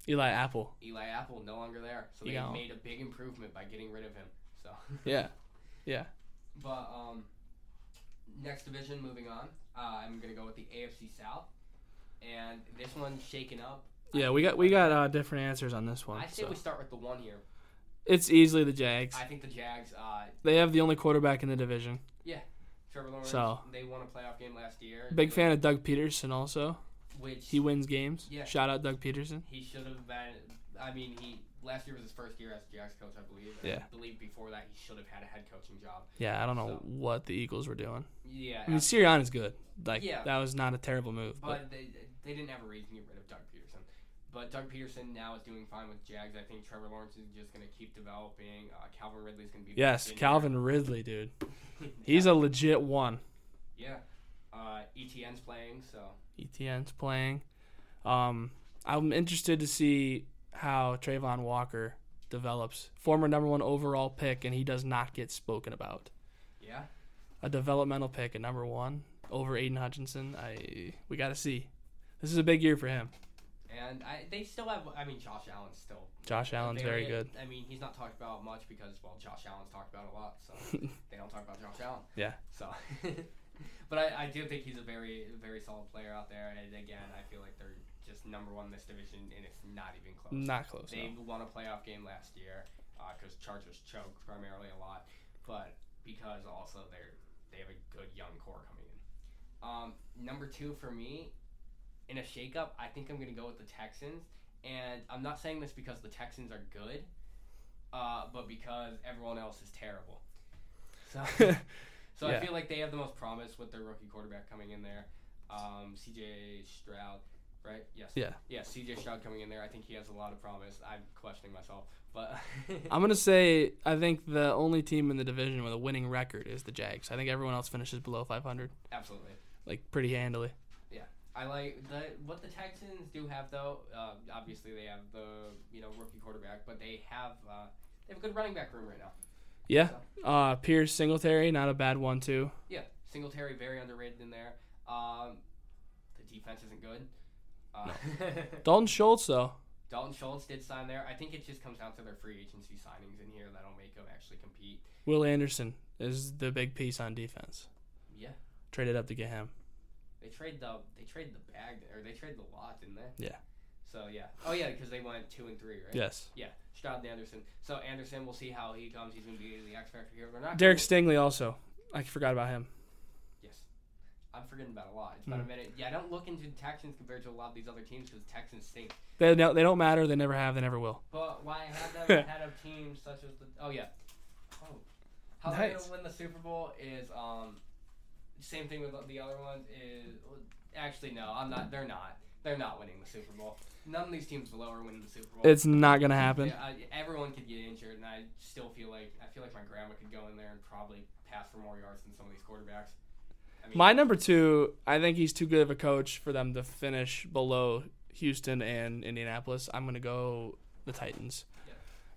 [SPEAKER 2] Eli Apple.
[SPEAKER 1] Eli Apple no longer there. So they
[SPEAKER 2] Yeah.
[SPEAKER 1] made a big improvement by getting rid of him. So
[SPEAKER 2] Yeah.
[SPEAKER 1] But um, next division moving on. Uh, I'm gonna go with the AFC South, and this one's shaken up.
[SPEAKER 2] Yeah, we got we got uh, different answers on this one.
[SPEAKER 1] I say
[SPEAKER 2] So.
[SPEAKER 1] we start with the one here.
[SPEAKER 2] It's easily the Jags.
[SPEAKER 1] I think the Jags. Uh,
[SPEAKER 2] They have the only quarterback in the division.
[SPEAKER 1] Trevor Lawrence.
[SPEAKER 2] So-
[SPEAKER 1] they won a playoff game last year.
[SPEAKER 2] Big fan of Doug Peterson also.
[SPEAKER 1] Which
[SPEAKER 2] He wins games.
[SPEAKER 1] Yeah.
[SPEAKER 2] Shout out Doug Peterson.
[SPEAKER 1] He should have been. I mean, he last year was his first year as Jags coach, I believe.
[SPEAKER 2] Yeah.
[SPEAKER 1] I believe before that he should have had a head coaching job.
[SPEAKER 2] Yeah, I don't know
[SPEAKER 1] So-
[SPEAKER 2] what the Eagles were doing.
[SPEAKER 1] Yeah.
[SPEAKER 2] I mean, Sirianni's good. Like
[SPEAKER 1] Yeah.
[SPEAKER 2] that was not a terrible move, but,
[SPEAKER 1] but they they didn't have a reason to get rid of Doug Peterson. But Doug Peterson now is doing fine with Jags. I think Trevor Lawrence is just going to keep developing. Uh, Calvin Ridley's going to be.
[SPEAKER 2] yes,
[SPEAKER 1] back in
[SPEAKER 2] Calvin Ridley, dude.
[SPEAKER 1] there.
[SPEAKER 2] He's a legit one.
[SPEAKER 1] yeah. Uh, ETN's playing, so
[SPEAKER 2] ETN's E playing. Um, I'm interested to see how Trayvon Walker develops. Former number one overall pick, and he does not get spoken about.
[SPEAKER 1] yeah.
[SPEAKER 2] a developmental pick at number one over Aiden Hutchinson. I we got to see. This is a big year for him.
[SPEAKER 1] And I, they still have. I mean, Josh Allen's still.
[SPEAKER 2] Josh Allen's very
[SPEAKER 1] very-
[SPEAKER 2] good.
[SPEAKER 1] I mean, he's not talked about much because well, Josh Allen's talked about a lot, so they don't talk about Josh Allen.
[SPEAKER 2] Yeah.
[SPEAKER 1] So, but I, I do think he's a very very solid player out there. And again, I feel like they're just number one in this division, and it's not even close.
[SPEAKER 2] Not close.
[SPEAKER 1] They won a playoff game last year because Chargers choked primarily a lot, but because also they're they have a good young core coming in. Um, number two for me, in a shakeup, I think I'm gonna go with the Texans, and I'm not saying this because the Texans are good, uh, but because everyone else is terrible. So.
[SPEAKER 2] no.
[SPEAKER 1] So
[SPEAKER 2] Yeah.
[SPEAKER 1] I feel like they have the most promise with their rookie quarterback coming in there. Um, CJ Stroud, right? Yes.
[SPEAKER 2] Yeah.
[SPEAKER 1] Yeah, CJ Stroud coming in there. I think he has a lot of promise. I'm questioning myself, but
[SPEAKER 2] I'm gonna say I think the only team in the division with a winning record is the Jags. I think everyone else finishes below 500,
[SPEAKER 1] absolutely.
[SPEAKER 2] like pretty handily.
[SPEAKER 1] I like the what the Texans do have though. Uh, obviously, they have the you know rookie quarterback, but they have uh, they have a good running back room right now.
[SPEAKER 2] Yeah. Uh, Pierce Singletary, not a bad one too.
[SPEAKER 1] Yeah, Singletary very underrated in there. Um, the defense isn't good. Uh,
[SPEAKER 2] Dalton Schultz though.
[SPEAKER 1] Dalton Schultz did sign there. I think it just comes down to their free agency signings in here that'll make them actually compete.
[SPEAKER 2] Will Anderson is the big piece on defense.
[SPEAKER 1] Yeah,
[SPEAKER 2] Traded up to get him.
[SPEAKER 1] they trade the they trade the bag or they trade the lot, didn't they?
[SPEAKER 2] Yeah.
[SPEAKER 1] So yeah. Oh yeah, because they went two and three, right?
[SPEAKER 2] Yes.
[SPEAKER 1] Yeah. Stroud and Anderson. So Anderson, we'll see how he comes. He's gonna be the X factor here. We're not.
[SPEAKER 2] Derek Stingley also. I forgot about him.
[SPEAKER 1] Yes. I'm forgetting about a lot. It's about a minute. Yeah, I don't look into the Texans compared to a lot of these other teams because Texans stink.
[SPEAKER 2] They don't, they don't matter. They never have. They never will.
[SPEAKER 1] But why I have them ahead of teams such as the oh yeah, oh, how they're
[SPEAKER 2] Nice.
[SPEAKER 1] gonna win the Super Bowl is um, Same thing with the other ones is actually no, I'm not. They're not. They're not winning the Super Bowl. None of these teams below are winning the Super Bowl.
[SPEAKER 2] It's not gonna happen.
[SPEAKER 1] Yeah, I, everyone could get injured, and I still feel like I feel like my grandma could go in there and probably pass for more yards than some of these quarterbacks. I mean,
[SPEAKER 2] My number two, I think he's too good of a coach for them to finish below Houston and Indianapolis. I'm going to go the Titans.
[SPEAKER 1] Yeah.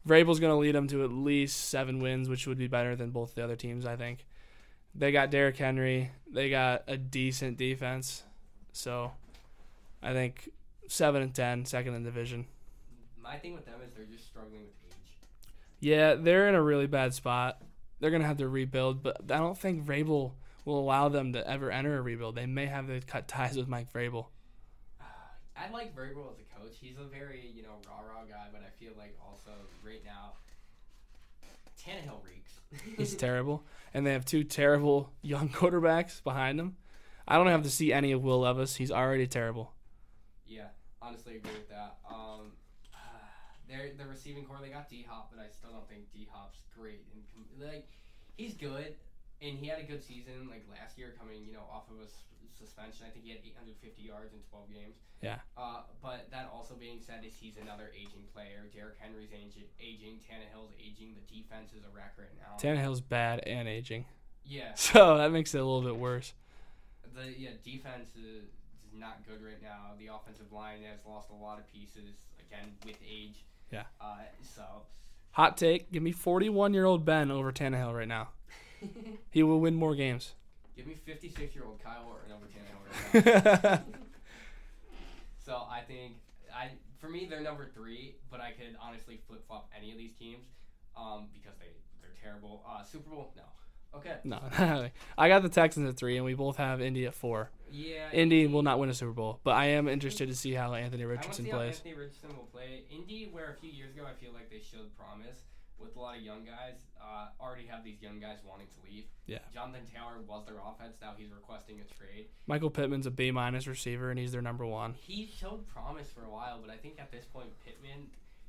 [SPEAKER 2] Vrabel's going to lead them to at least seven wins, which would be better than both the other teams, I think. They got Derrick Henry. They got a decent defense. So I think seven and ten, second in the division.
[SPEAKER 1] my thing with them is they're just struggling with age.
[SPEAKER 2] Yeah, they're in a really bad spot. They're going to have to rebuild, but I don't think Vrabel will allow them to ever enter a rebuild. They may have to cut ties with Mike Vrabel.
[SPEAKER 1] I like Vrabel as a coach. He's a very you know rah rah guy, but I feel like also right now Tannehill reeks.
[SPEAKER 2] He's terrible. And they have two terrible young quarterbacks behind him. I don't have to see any of Will Levis. He's already terrible.
[SPEAKER 1] yeah, honestly agree with that. Um, their the receiving core they got D Hop, but I still don't think D Hop's great. And com- like he's good, and he had a good season like last year, coming you know off of a s- suspension. I think he had 850 yards in 12 games.
[SPEAKER 2] Yeah.
[SPEAKER 1] Uh, but that also being said, is he's another aging player. Derrick Henry's aging, aging Tannehill's aging. The defense is a wreck right now.
[SPEAKER 2] Tannehill's bad and aging.
[SPEAKER 1] yeah.
[SPEAKER 2] So that makes it a little bit worse.
[SPEAKER 1] the yeah defense is, is not good right now. The offensive line has lost a lot of pieces again with age.
[SPEAKER 2] Yeah.
[SPEAKER 1] Uh, so
[SPEAKER 2] Hot take give me 41 year old Ben over Tannehill right now. He will win more games.
[SPEAKER 1] give me 56 year old Kyle Orton over Tannehill right now.
[SPEAKER 2] yeah,
[SPEAKER 1] so I think I for me they're number three, but I could honestly flip flop any of these teams um, because they they're terrible. Uh, Super Bowl no. Okay.
[SPEAKER 2] no. I got the Texans at three, and we both have Indy at four.
[SPEAKER 1] Yeah.
[SPEAKER 2] Indy will not win a Super Bowl, but I am interested to see how Anthony
[SPEAKER 1] I want to
[SPEAKER 2] Richardson
[SPEAKER 1] see how
[SPEAKER 2] plays.
[SPEAKER 1] Anthony Richardson will play. Indy, where a few years ago I feel like they showed promise with a lot of young guys, uh, already have these young guys wanting to leave.
[SPEAKER 2] Yeah.
[SPEAKER 1] Jonathan Taylor was their offense. Now he's requesting a trade.
[SPEAKER 2] Michael Pittman's a B minus receiver, and he's their number one.
[SPEAKER 1] He showed promise for a while, but I think at this point, Pittman,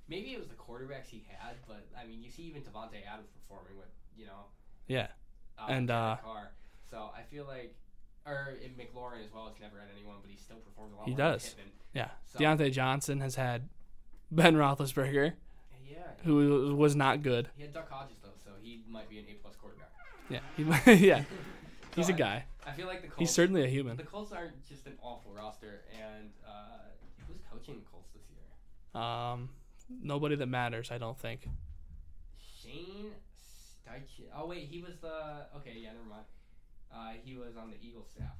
[SPEAKER 1] maybe it was the quarterbacks he had, but I mean, you see even Devontae Adams performing with, you know,
[SPEAKER 2] Yeah.
[SPEAKER 1] uh,
[SPEAKER 2] And,
[SPEAKER 1] Derek
[SPEAKER 2] uh,
[SPEAKER 1] Carr. So I feel like, or in McLaurin as well, has never had anyone, but he still performs a lot
[SPEAKER 2] He
[SPEAKER 1] more than
[SPEAKER 2] does.
[SPEAKER 1] Pittman.
[SPEAKER 2] Yeah.
[SPEAKER 1] So,
[SPEAKER 2] Deontay Johnson has had Ben Roethlisberger,
[SPEAKER 1] Yeah.
[SPEAKER 2] who was not good.
[SPEAKER 1] He had Duck Hodges though, so he might be an A plus quarterback.
[SPEAKER 2] Yeah, he, yeah, he's
[SPEAKER 1] So
[SPEAKER 2] a guy.
[SPEAKER 1] I, I feel like the Colts.
[SPEAKER 2] He's certainly a human.
[SPEAKER 1] the Colts aren't just an awful roster, and uh, who's coaching the Colts this year?
[SPEAKER 2] Um, nobody that matters, I don't think.
[SPEAKER 1] Shane Steichen. Oh wait, he was the. Okay, yeah, never mind. Uh, he was on the Eagles staff.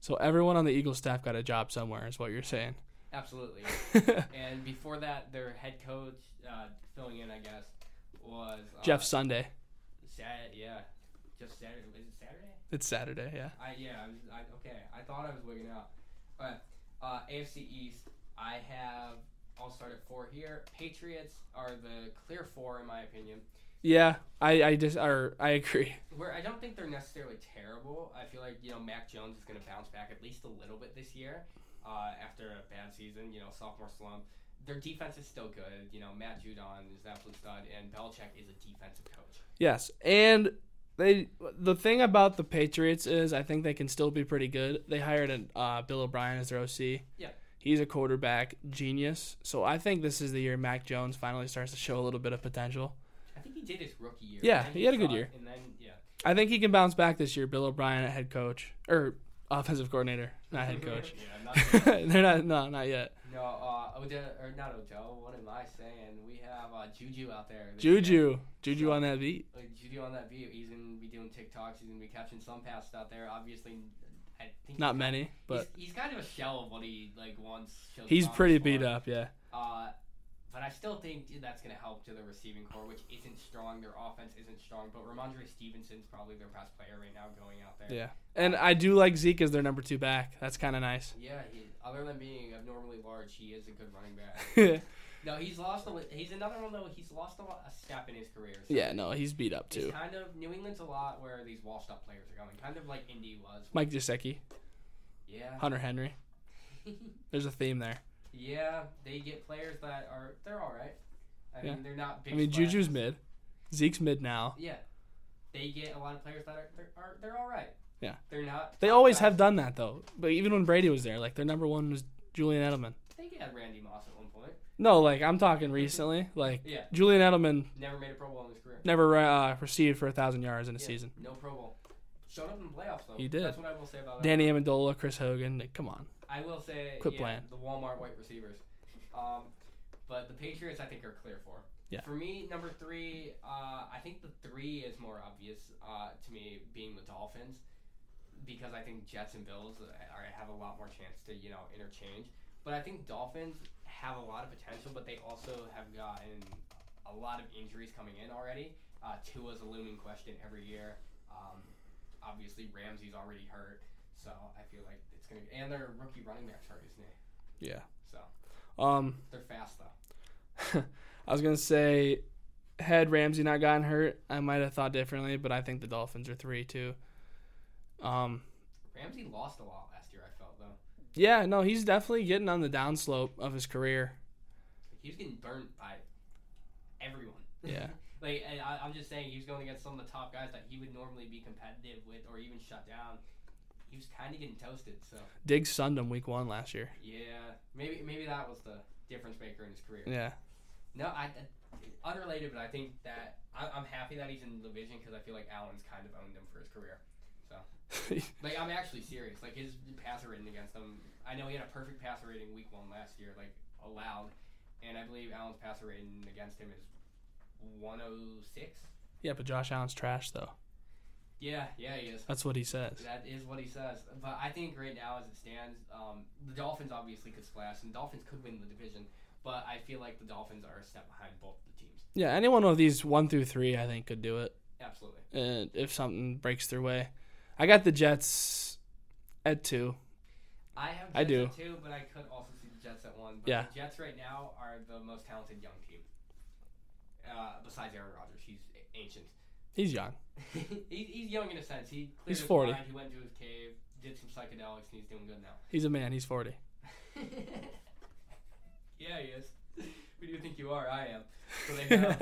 [SPEAKER 2] So everyone on the Eagles staff got a job somewhere, is what you're saying.
[SPEAKER 1] Absolutely. and before that, their head coach, uh, filling in, I guess, was uh,
[SPEAKER 2] Jeff Sunday.
[SPEAKER 1] Sat- yeah, Jeff Saturday. Is it Saturday?
[SPEAKER 2] It's Saturday. Yeah.
[SPEAKER 1] I yeah, I was I, okay. I thought I was wigging out. But uh, AFC East, I have. I'll start at four here. Patriots are the clear four in my opinion.
[SPEAKER 2] Yeah, I I just or I agree.
[SPEAKER 1] Where I don't think they're necessarily terrible. I feel like you know Mac Jones is going to bounce back at least a little bit this year uh, after a bad season. You know sophomore slump. Their defense is still good. You know Matt Judon is an absolute stud, and Belichick is a defensive coach.
[SPEAKER 2] Yes, and they the thing about the Patriots is I think they can still be pretty good. They hired an, uh, Bill O'Brien as their OC.
[SPEAKER 1] Yeah.
[SPEAKER 2] he's a quarterback genius. So I think this is the year Mac Jones finally starts to show a little bit of potential.
[SPEAKER 1] I think he did his rookie year.
[SPEAKER 2] Yeah,
[SPEAKER 1] and then
[SPEAKER 2] he had a good
[SPEAKER 1] sucked,
[SPEAKER 2] year.
[SPEAKER 1] And then yeah,
[SPEAKER 2] I think he can bounce back this year. Bill O'Brien at head coach or offensive coordinator, not head
[SPEAKER 1] Mm-hmm.
[SPEAKER 2] coach.
[SPEAKER 1] yeah, not
[SPEAKER 2] They're not no, not yet.
[SPEAKER 1] No, uh, Odell, or not Odell. What am I saying? We have uh, Juju out there. this year.
[SPEAKER 2] Juju, Juju on that beat.
[SPEAKER 1] Like, Juju on that view. He's gonna be doing TikToks. He's gonna be catching some passes out there. Obviously, I think
[SPEAKER 2] Not
[SPEAKER 1] he's-
[SPEAKER 2] many, but
[SPEAKER 1] he's, he's kind of a shell of what he like once. showed
[SPEAKER 2] he's
[SPEAKER 1] promise
[SPEAKER 2] pretty
[SPEAKER 1] for.
[SPEAKER 2] beat up. Yeah,
[SPEAKER 1] Uh, but I still think dude, that's gonna help to the receiving core, which isn't strong. Their offense isn't strong. But Ramondre Stevenson's probably their best player right now going out there.
[SPEAKER 2] yeah. And I do like Zeke as their number two back. That's kind of nice.
[SPEAKER 1] Yeah, he, other than being abnormally large, he is a good running back.
[SPEAKER 2] yeah,
[SPEAKER 1] No, he's lost. A, li- he's another one though. He's lost a, lot, a step in his career. So
[SPEAKER 2] no, he's beat up
[SPEAKER 1] It's
[SPEAKER 2] too.
[SPEAKER 1] kind of New England's a lot where these washed up players are going, kind of like Indy was.
[SPEAKER 2] Mike Gesicki,
[SPEAKER 1] Yeah,
[SPEAKER 2] Hunter Henry. There's a theme there.
[SPEAKER 1] yeah, they get players that are they're all right. I
[SPEAKER 2] Yeah.
[SPEAKER 1] mean, they're not big.
[SPEAKER 2] I mean,
[SPEAKER 1] splashes.
[SPEAKER 2] Juju's mid, Zeke's mid now.
[SPEAKER 1] Yeah, they get a lot of players that are they're, are they're all right.
[SPEAKER 2] Yeah.
[SPEAKER 1] They're not.
[SPEAKER 2] They always have done that though. But even when Brady was there, like their number one was Julian Edelman.
[SPEAKER 1] I think he had Randy Moss at one point.
[SPEAKER 2] No, like I'm talking recently. Like
[SPEAKER 1] Yeah.
[SPEAKER 2] Julian Edelman
[SPEAKER 1] Never made a Pro Bowl in his career.
[SPEAKER 2] never uh, received for a thousand yards in a
[SPEAKER 1] Yeah,
[SPEAKER 2] season.
[SPEAKER 1] No Pro Bowl. Showed up in the playoffs though.
[SPEAKER 2] He did.
[SPEAKER 1] That's what I will say about that.
[SPEAKER 2] Danny Amendola, Chris Hogan, like, come on.
[SPEAKER 1] I will say
[SPEAKER 2] Quit
[SPEAKER 1] yeah,
[SPEAKER 2] playing.
[SPEAKER 1] the Walmart white receivers. Um, but the Patriots, I think, are clear for.
[SPEAKER 2] Yeah.
[SPEAKER 1] For me, number three, uh, I think the three is more obvious uh, to me, being the Dolphins, because I think Jets and Bills are, have a lot more chance to you know interchange. But I think Dolphins have a lot of potential, but they also have gotten a lot of injuries coming in already. Uh, Tua's a looming question every year. Um, obviously, Ramsey's already hurt, so I feel like it's gonna. And their rookie running back's hurt, isn't he?
[SPEAKER 2] Yeah.
[SPEAKER 1] So
[SPEAKER 2] Um
[SPEAKER 1] they're fast though.
[SPEAKER 2] I was gonna say, had Ramsey not gotten hurt, I might have thought differently, but I think the Dolphins are three too. Um,
[SPEAKER 1] Ramsey lost a lot last year. I felt though.
[SPEAKER 2] yeah, no, he's definitely getting on the downslope of his career.
[SPEAKER 1] Like, he was getting burnt by everyone.
[SPEAKER 2] Yeah.
[SPEAKER 1] like and I, I'm just saying, he was going against some of the top guys that he would normally be competitive with or even shut down. He was kind of getting toasted. So
[SPEAKER 2] Diggs sunned him week one last year.
[SPEAKER 1] yeah, maybe maybe that was the difference maker in his career.
[SPEAKER 2] Yeah,
[SPEAKER 1] No, I, I unrelated, but I think that I, I'm happy that he's in the division because I feel like Allen's kind of owned him for his career. Like I'm actually serious. Like his passer rating against them. I know he had a perfect passer rating week one last year, like allowed, and I believe Allen's passer rating against him is 106.
[SPEAKER 2] yeah, but Josh Allen's trash though.
[SPEAKER 1] Yeah, yeah, he is.
[SPEAKER 2] That's what he says.
[SPEAKER 1] That is what he says. But I think right now, as it stands, um, the Dolphins obviously could splash, and Dolphins could win the division. But I feel like the Dolphins are a step behind both the teams.
[SPEAKER 2] Yeah, any one of these one through three, I think, could do it.
[SPEAKER 1] Absolutely.
[SPEAKER 2] And if something breaks their way, I got the Jets at two.
[SPEAKER 1] I have Jets
[SPEAKER 2] I do.
[SPEAKER 1] at two, but I could also see the Jets at one. But
[SPEAKER 2] Yeah.
[SPEAKER 1] the Jets right now are the most talented young team. Uh, besides Aaron Rodgers, he's a- ancient.
[SPEAKER 2] He's young.
[SPEAKER 1] he, he's young in a sense. He cleared
[SPEAKER 2] He's
[SPEAKER 1] his
[SPEAKER 2] 40.
[SPEAKER 1] mind, He went to his cave, did some psychedelics, and he's doing good now.
[SPEAKER 2] He's a man. He's forty.
[SPEAKER 1] yeah, he is. Who do you think you are? I am. So they have,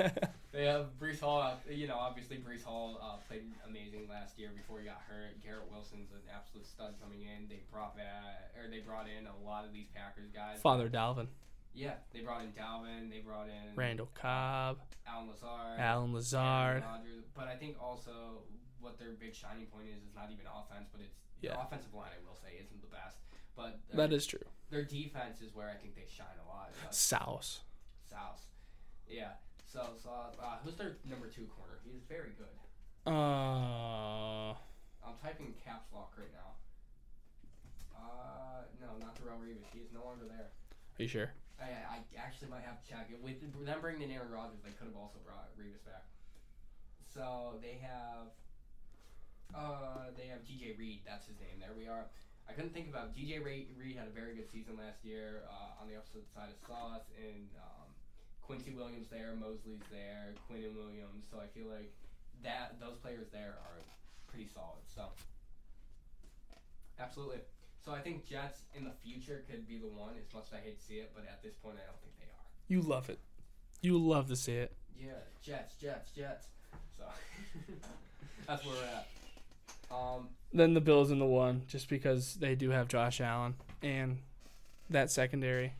[SPEAKER 1] they have Brees Hall. out- You know, obviously Brees Hall uh, played amazing last year before he got hurt. Garrett Wilson's an absolute stud coming in. They brought that, or they brought in a lot of these Packers guys.
[SPEAKER 2] Father Dalvin,
[SPEAKER 1] Yeah, they brought in Dalvin. They brought in
[SPEAKER 2] Randall Cobb,
[SPEAKER 1] Alan Lazard.
[SPEAKER 2] Alan
[SPEAKER 1] Aaron
[SPEAKER 2] Lazard.
[SPEAKER 1] Rodgers. But I think also what their big shining point is is not even offense, but it's their
[SPEAKER 2] Yeah.
[SPEAKER 1] offensive line. I will say isn't the best, but their,
[SPEAKER 2] That is true.
[SPEAKER 1] their defense is where I think they shine a lot. Uh,
[SPEAKER 2] Souse.
[SPEAKER 1] South, yeah. So, so uh, who's their number two corner? He's very good.
[SPEAKER 2] Uh,
[SPEAKER 1] I'm typing caps lock right now. Uh, no, not Darrell Revis. He is no longer there.
[SPEAKER 2] Are you sure?
[SPEAKER 1] I, I actually might have to check it. With them bringing in Aaron Rodgers, they could have also brought Revis back. So they have, uh, they have DJ Reed. That's his name. There we are. I couldn't think about DJ Reed. Reed had a very good season last year uh, on the opposite side of Sauce and um, Quincy Williams there, Mosley's there, Quinn and Williams. So I feel like that those players there are pretty solid. So absolutely. So I think Jets in the future could be the one. As much as I hate to see it, but at this point, I don't think they are.
[SPEAKER 2] You love it. You love to see it.
[SPEAKER 1] Yeah, Jets, Jets, Jets. So that's where we're at. Um,
[SPEAKER 2] Then the Bills in the one, just because they do have Josh Allen and that secondary.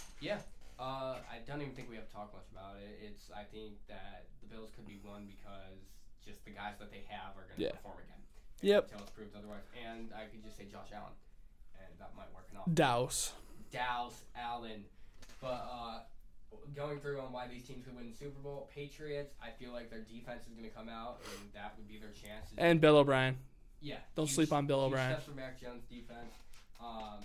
[SPEAKER 1] uh, I don't even think we have talked much about it. It's I think that the Bills could be one because just the guys that they have are going to
[SPEAKER 2] Yeah.
[SPEAKER 1] perform again.
[SPEAKER 2] Yep.
[SPEAKER 1] Until it's proved otherwise, and I could just say Josh Allen, and that might work enough.
[SPEAKER 2] Douse.
[SPEAKER 1] Dallas Allen. But uh, going through on why these teams could win the Super Bowl, Patriots, I feel like their defense is going to come out, and that would be their chance. to-
[SPEAKER 2] And Bill O'Brien.
[SPEAKER 1] yeah,
[SPEAKER 2] Don't
[SPEAKER 1] huge-
[SPEAKER 2] sleep on Bill
[SPEAKER 1] huge
[SPEAKER 2] O'Brien.
[SPEAKER 1] steps for Mac Jones' defense. Um,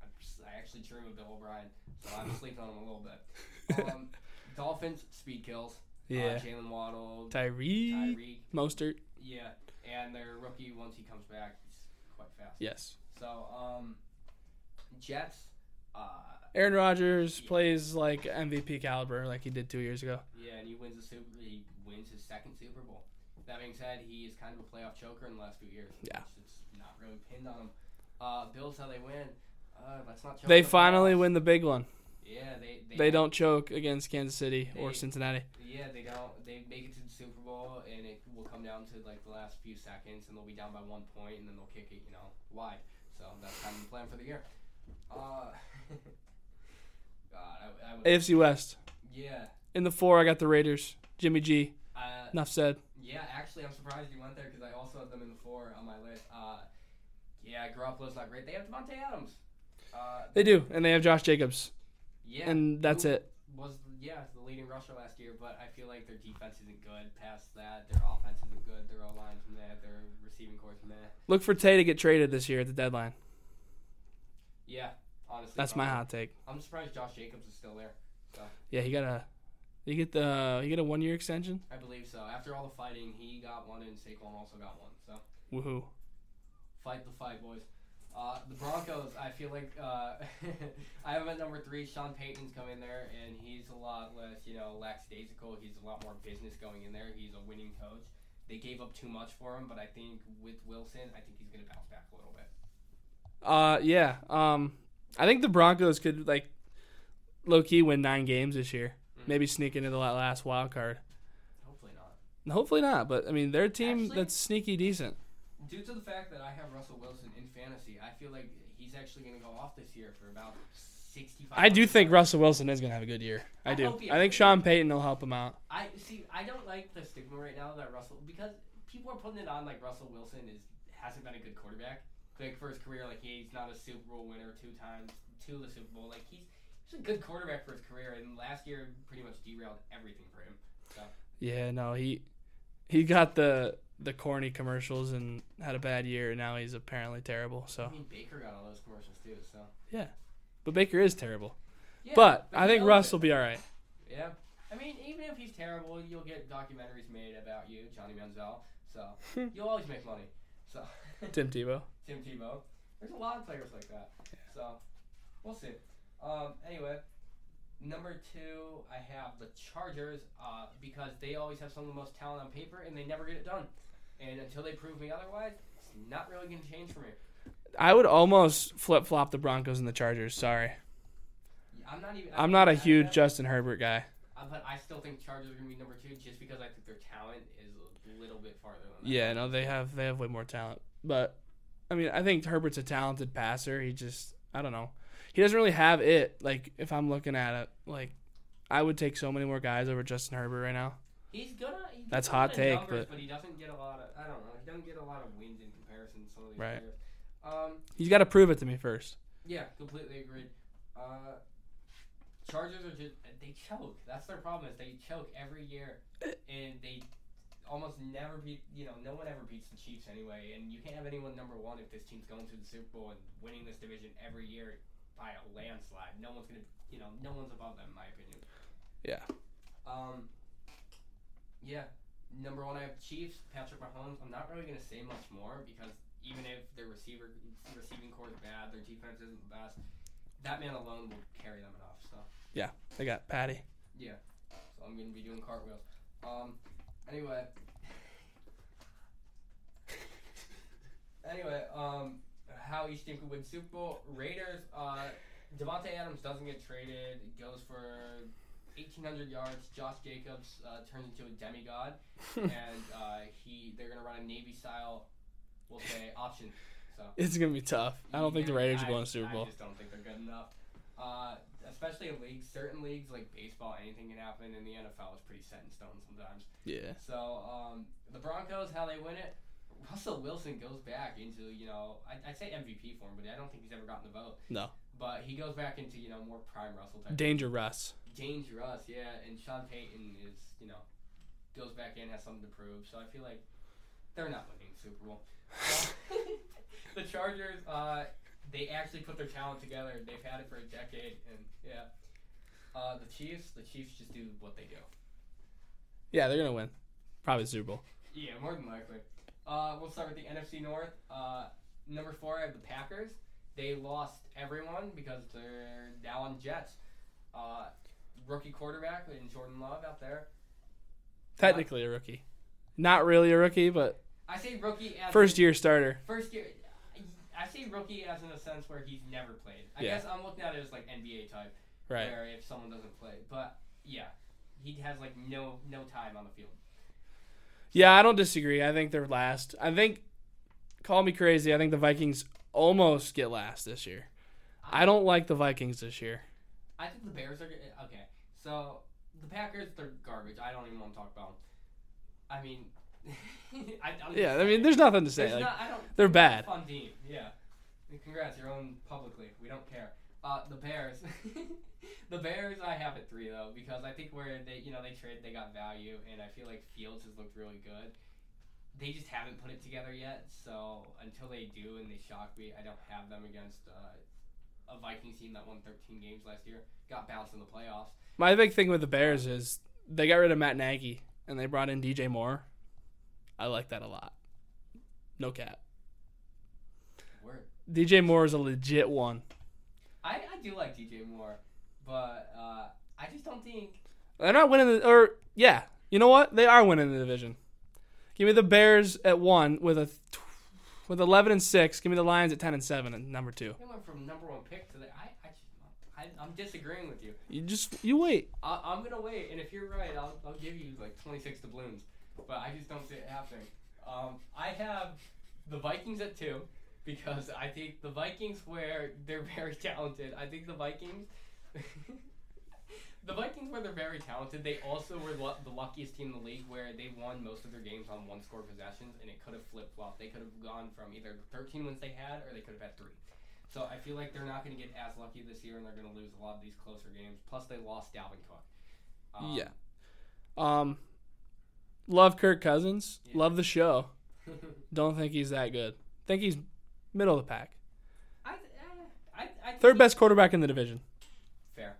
[SPEAKER 1] I'm s- I actually dream of Bill O'Brien, so I'm sleeping on him a little bit. Um, Dolphins speed kills. Uh,
[SPEAKER 2] Yeah.
[SPEAKER 1] Jalen Waddle,
[SPEAKER 2] Tyree.
[SPEAKER 1] Tyreek.
[SPEAKER 2] Mostert.
[SPEAKER 1] Yeah, and their rookie once he comes back, he's quite fast.
[SPEAKER 2] Yes.
[SPEAKER 1] So um, Jets. Uh,
[SPEAKER 2] Aaron Rodgers
[SPEAKER 1] Yeah.
[SPEAKER 2] plays like MVP caliber, like he did two years ago.
[SPEAKER 1] Yeah, and he wins the Super. He wins his second Super Bowl. That being said, he is kind of a playoff choker in the last few years.
[SPEAKER 2] Yeah.
[SPEAKER 1] it's just not really pinned on him. Uh, Bills how they win. Uh, let's not. Choke
[SPEAKER 2] They
[SPEAKER 1] the
[SPEAKER 2] finally
[SPEAKER 1] playoffs.
[SPEAKER 2] win the big one.
[SPEAKER 1] Yeah, they they
[SPEAKER 2] They don't choke against Kansas City or
[SPEAKER 1] They-
[SPEAKER 2] Cincinnati.
[SPEAKER 1] Yeah, they don't. They make it to the Super Bowl, and it will come down to like the last few seconds, and they'll be down by one point, and then they'll kick it, you know, wide. So that's kind of the plan for the year. Uh, God, I, I would.
[SPEAKER 2] AFC West.
[SPEAKER 1] yeah,
[SPEAKER 2] In the four, I got the Raiders. Jimmy G.
[SPEAKER 1] uh,
[SPEAKER 2] Enough said.
[SPEAKER 1] yeah. Actually, I'm surprised you went there because I also had them in the four on my list. Uh, yeah, Garoppolo's not great. They have Devontae Adams. Uh,
[SPEAKER 2] They do, and they have Josh Jacobs,
[SPEAKER 1] yeah,
[SPEAKER 2] and that's
[SPEAKER 1] who
[SPEAKER 2] it.
[SPEAKER 1] Was yeah the leading rusher last year, but I feel like their defense isn't good. Past that, their offense isn't good. Their O line's meh. Their receiving core's meh.
[SPEAKER 2] Look for Tay to get traded this year at the deadline.
[SPEAKER 1] Yeah, honestly,
[SPEAKER 2] That's my
[SPEAKER 1] probably.
[SPEAKER 2] hot take.
[SPEAKER 1] I'm surprised Josh Jacobs is still there.
[SPEAKER 2] Yeah, he got a. You get the. You get a one year extension.
[SPEAKER 1] I believe so. After all the fighting, he got one, and Saquon also got one. So
[SPEAKER 2] Woohoo!
[SPEAKER 1] fight the fight, boys. Uh, the Broncos, I feel like uh, I have him at number three. Sean Payton's come in there, and he's a lot less, you know, lackadaisical. He's a lot more business going in there. He's a winning coach. They gave up too much for him, but I think with Wilson, I think he's going to bounce back a little bit.
[SPEAKER 2] Uh, yeah. Um, I think the Broncos could like low key win nine games this year.
[SPEAKER 1] Mm.
[SPEAKER 2] Maybe sneak into the la- last wild card.
[SPEAKER 1] Hopefully not.
[SPEAKER 2] And Hopefully not, but I mean they're a team
[SPEAKER 1] Actually-
[SPEAKER 2] that's sneaky decent.
[SPEAKER 1] Due to the fact that I have Russell Wilson in fantasy, I feel like he's actually going to go off this year for about 65.
[SPEAKER 2] I do think
[SPEAKER 1] yards.
[SPEAKER 2] Russell Wilson is gonna have a good year. I
[SPEAKER 1] I
[SPEAKER 2] do.
[SPEAKER 1] hope he
[SPEAKER 2] I think
[SPEAKER 1] has a
[SPEAKER 2] Sean Payton will help him out.
[SPEAKER 1] I see. I don't like the stigma right now that Russell because people are putting it on like Russell Wilson is hasn't been a good quarterback. Like for his career, like he's not a Super Bowl winner two times to the Super Bowl. Like he's he's a good quarterback for his career, and last year pretty much derailed everything for him.
[SPEAKER 2] Yeah, no, he he got the the corny commercials and had a bad year, and now he's apparently terrible.
[SPEAKER 1] I
[SPEAKER 2] So
[SPEAKER 1] mean, Baker got all those commercials too. So,
[SPEAKER 2] but Baker is terrible.
[SPEAKER 1] yeah,
[SPEAKER 2] but I
[SPEAKER 1] he
[SPEAKER 2] think
[SPEAKER 1] knows
[SPEAKER 2] Russ
[SPEAKER 1] it.
[SPEAKER 2] will be all right.
[SPEAKER 1] Yeah, I mean, even if he's terrible, you'll get documentaries made about you, Johnny Manziel. So
[SPEAKER 2] Hmm.
[SPEAKER 1] you'll always make money. So.
[SPEAKER 2] Tim Tebow.
[SPEAKER 1] Tim Tebow. There's a lot of players like that. So we'll see. Um, anyway, number two, I have the Chargers uh, because they always have some of the most talent on paper and they never get it done. And until they prove me otherwise, it's not really going to change for me.
[SPEAKER 2] I would almost flip flop the Broncos and the Chargers. Sorry,
[SPEAKER 1] I'm not even.
[SPEAKER 2] I'm not a huge Justin Herbert guy.
[SPEAKER 1] Uh, but I still think Chargers are going to be number two just because I think their talent is a little bit farther than that.
[SPEAKER 2] Yeah, no, they have they have way more talent. But I mean, I think Herbert's a talented passer. He just I don't know. He doesn't really have it. Like if I'm looking at it, like I would take so many more guys over Justin Herbert right now.
[SPEAKER 1] He's gonna. He gets
[SPEAKER 2] That's
[SPEAKER 1] a lot
[SPEAKER 2] hot
[SPEAKER 1] of
[SPEAKER 2] take,
[SPEAKER 1] numbers,
[SPEAKER 2] but-
[SPEAKER 1] he doesn't get a lot of. I don't know. He doesn't get a lot of wins in comparison to some of these
[SPEAKER 2] Right.
[SPEAKER 1] players. Um,
[SPEAKER 2] He's got to prove it to me first.
[SPEAKER 1] Yeah, completely agreed. Uh, Chargers are just they choke. That's their problem is they choke every year, and they almost never beat. You know, no one ever beats the Chiefs anyway, and you can't have anyone number one if this team's going to the Super Bowl and winning this division every year by a landslide. No one's gonna, you know, no one's above them in my opinion.
[SPEAKER 2] Yeah.
[SPEAKER 1] Um. Yeah, number one, I have Chiefs. Patrick Mahomes. I'm not really gonna say much more because even if their receiver receiving core is bad, their defense isn't the best. That man alone will carry them enough. So,
[SPEAKER 2] They got Patty.
[SPEAKER 1] so I'm gonna be doing cartwheels. Um. Anyway. anyway. Um. How each team could win Super Bowl. Raiders. Uh. Devonte Adams doesn't get traded. Goes for 1,800 yards. Josh Jacobs uh, turns into a demigod. and uh, he they're gonna run a navy style, we'll say option. So
[SPEAKER 2] it's gonna be tough. I don't think the
[SPEAKER 1] Yeah,
[SPEAKER 2] Raiders are
[SPEAKER 1] I-
[SPEAKER 2] going to Super
[SPEAKER 1] I
[SPEAKER 2] Bowl.
[SPEAKER 1] just don't think they're good enough. Uh, especially in leagues, certain leagues like baseball, anything can happen. In the NFL, is pretty set in stone sometimes.
[SPEAKER 2] Yeah.
[SPEAKER 1] So um, the Broncos, how they win it. Russell Wilson goes back into you know I, I'd say MVP form, but I don't think he's ever gotten the vote.
[SPEAKER 2] No.
[SPEAKER 1] But he goes back into you know more prime Russell type.
[SPEAKER 2] Danger Russ.
[SPEAKER 1] dangerous, yeah. And Sean Payton is, you know, goes back in, has something to prove. So I feel like they're not winning the Super Bowl. the Chargers, uh, they actually put their talent together. They've had it for a decade, and yeah. Uh, the Chiefs, the Chiefs just do what they do.
[SPEAKER 2] Yeah, they're gonna win. Probably Super Bowl.
[SPEAKER 1] Yeah, more than likely. Uh, we'll start with the NFC North. Uh, number four, I have the Packers. They lost everyone because they're now on Jets. Uh, rookie quarterback and Jordan Love out there.
[SPEAKER 2] Technically a rookie. Not really a rookie, but
[SPEAKER 1] I say rookie as
[SPEAKER 2] first year starter.
[SPEAKER 1] First year. I say rookie as in a sense where he's never played. I
[SPEAKER 2] Yeah.
[SPEAKER 1] guess I'm looking at it as like NBA type.
[SPEAKER 2] Right.
[SPEAKER 1] where if someone doesn't play. But yeah, he has like no no time on the field.
[SPEAKER 2] Yeah, I don't disagree. I think they're last. I think, call me crazy. I think the Vikings almost get last this year. I don't like the Vikings this year.
[SPEAKER 1] I think the Bears are gonna- okay. So the Packers, they're garbage. I don't even want to talk about them. I mean, I, I'm
[SPEAKER 2] Yeah,
[SPEAKER 1] just
[SPEAKER 2] I mean,
[SPEAKER 1] saying.
[SPEAKER 2] there's nothing to say.
[SPEAKER 1] There's
[SPEAKER 2] Like,
[SPEAKER 1] not- I don't,
[SPEAKER 2] they're
[SPEAKER 1] it's a
[SPEAKER 2] bad.
[SPEAKER 1] Fun team, yeah. And Congrats, you're own publicly. We don't care. Uh, the Bears, the Bears, I have at three though because I think where they, you know, they traded, they got value, and I feel like Fields has looked really good. They just haven't put it together yet, so until they do and they shock me, I don't have them against uh, a Vikings team that won 13 games last year, got bounced in the playoffs.
[SPEAKER 2] my big thing with the Bears is they got rid of Matt Nagy and they brought in DJ Moore. I like that a lot. No cap.
[SPEAKER 1] Word.
[SPEAKER 2] DJ Moore is a legit one.
[SPEAKER 1] I, I do like DJ Moore, but uh, I just don't think
[SPEAKER 2] They're not winning the or yeah. You know what? They are winning the division. Give me the Bears at one with a th- with eleven and six. Give me the Lions at ten and seven at number two.
[SPEAKER 1] They went from number one pick to the. I, I, just- I I'm disagreeing with you.
[SPEAKER 2] You just you wait.
[SPEAKER 1] I, I'm gonna wait, and if you're right, I'll, I'll give you like 26 doubloons. But I just don't see it happening. Um, I have the Vikings at two because I think the Vikings, where they're very talented, I think the Vikings. The Vikings, where they're very talented, they also were lu- the luckiest team in the league, where they won most of their games on one score possessions, and it could have flip flopped. They could have gone from either 13 wins they had, or they could have had three. So I feel like they're not going to get as lucky this year, and they're going to lose a lot of these closer games. Plus, they lost Dalvin Cook. Um,
[SPEAKER 2] Yeah. Um, love Kirk Cousins.
[SPEAKER 1] Yeah.
[SPEAKER 2] Love the show. Don't think he's that good. Think he's middle of the pack.
[SPEAKER 1] I, eh, I, I, I think
[SPEAKER 2] Third
[SPEAKER 1] he-
[SPEAKER 2] best quarterback in the division.
[SPEAKER 1] Fair.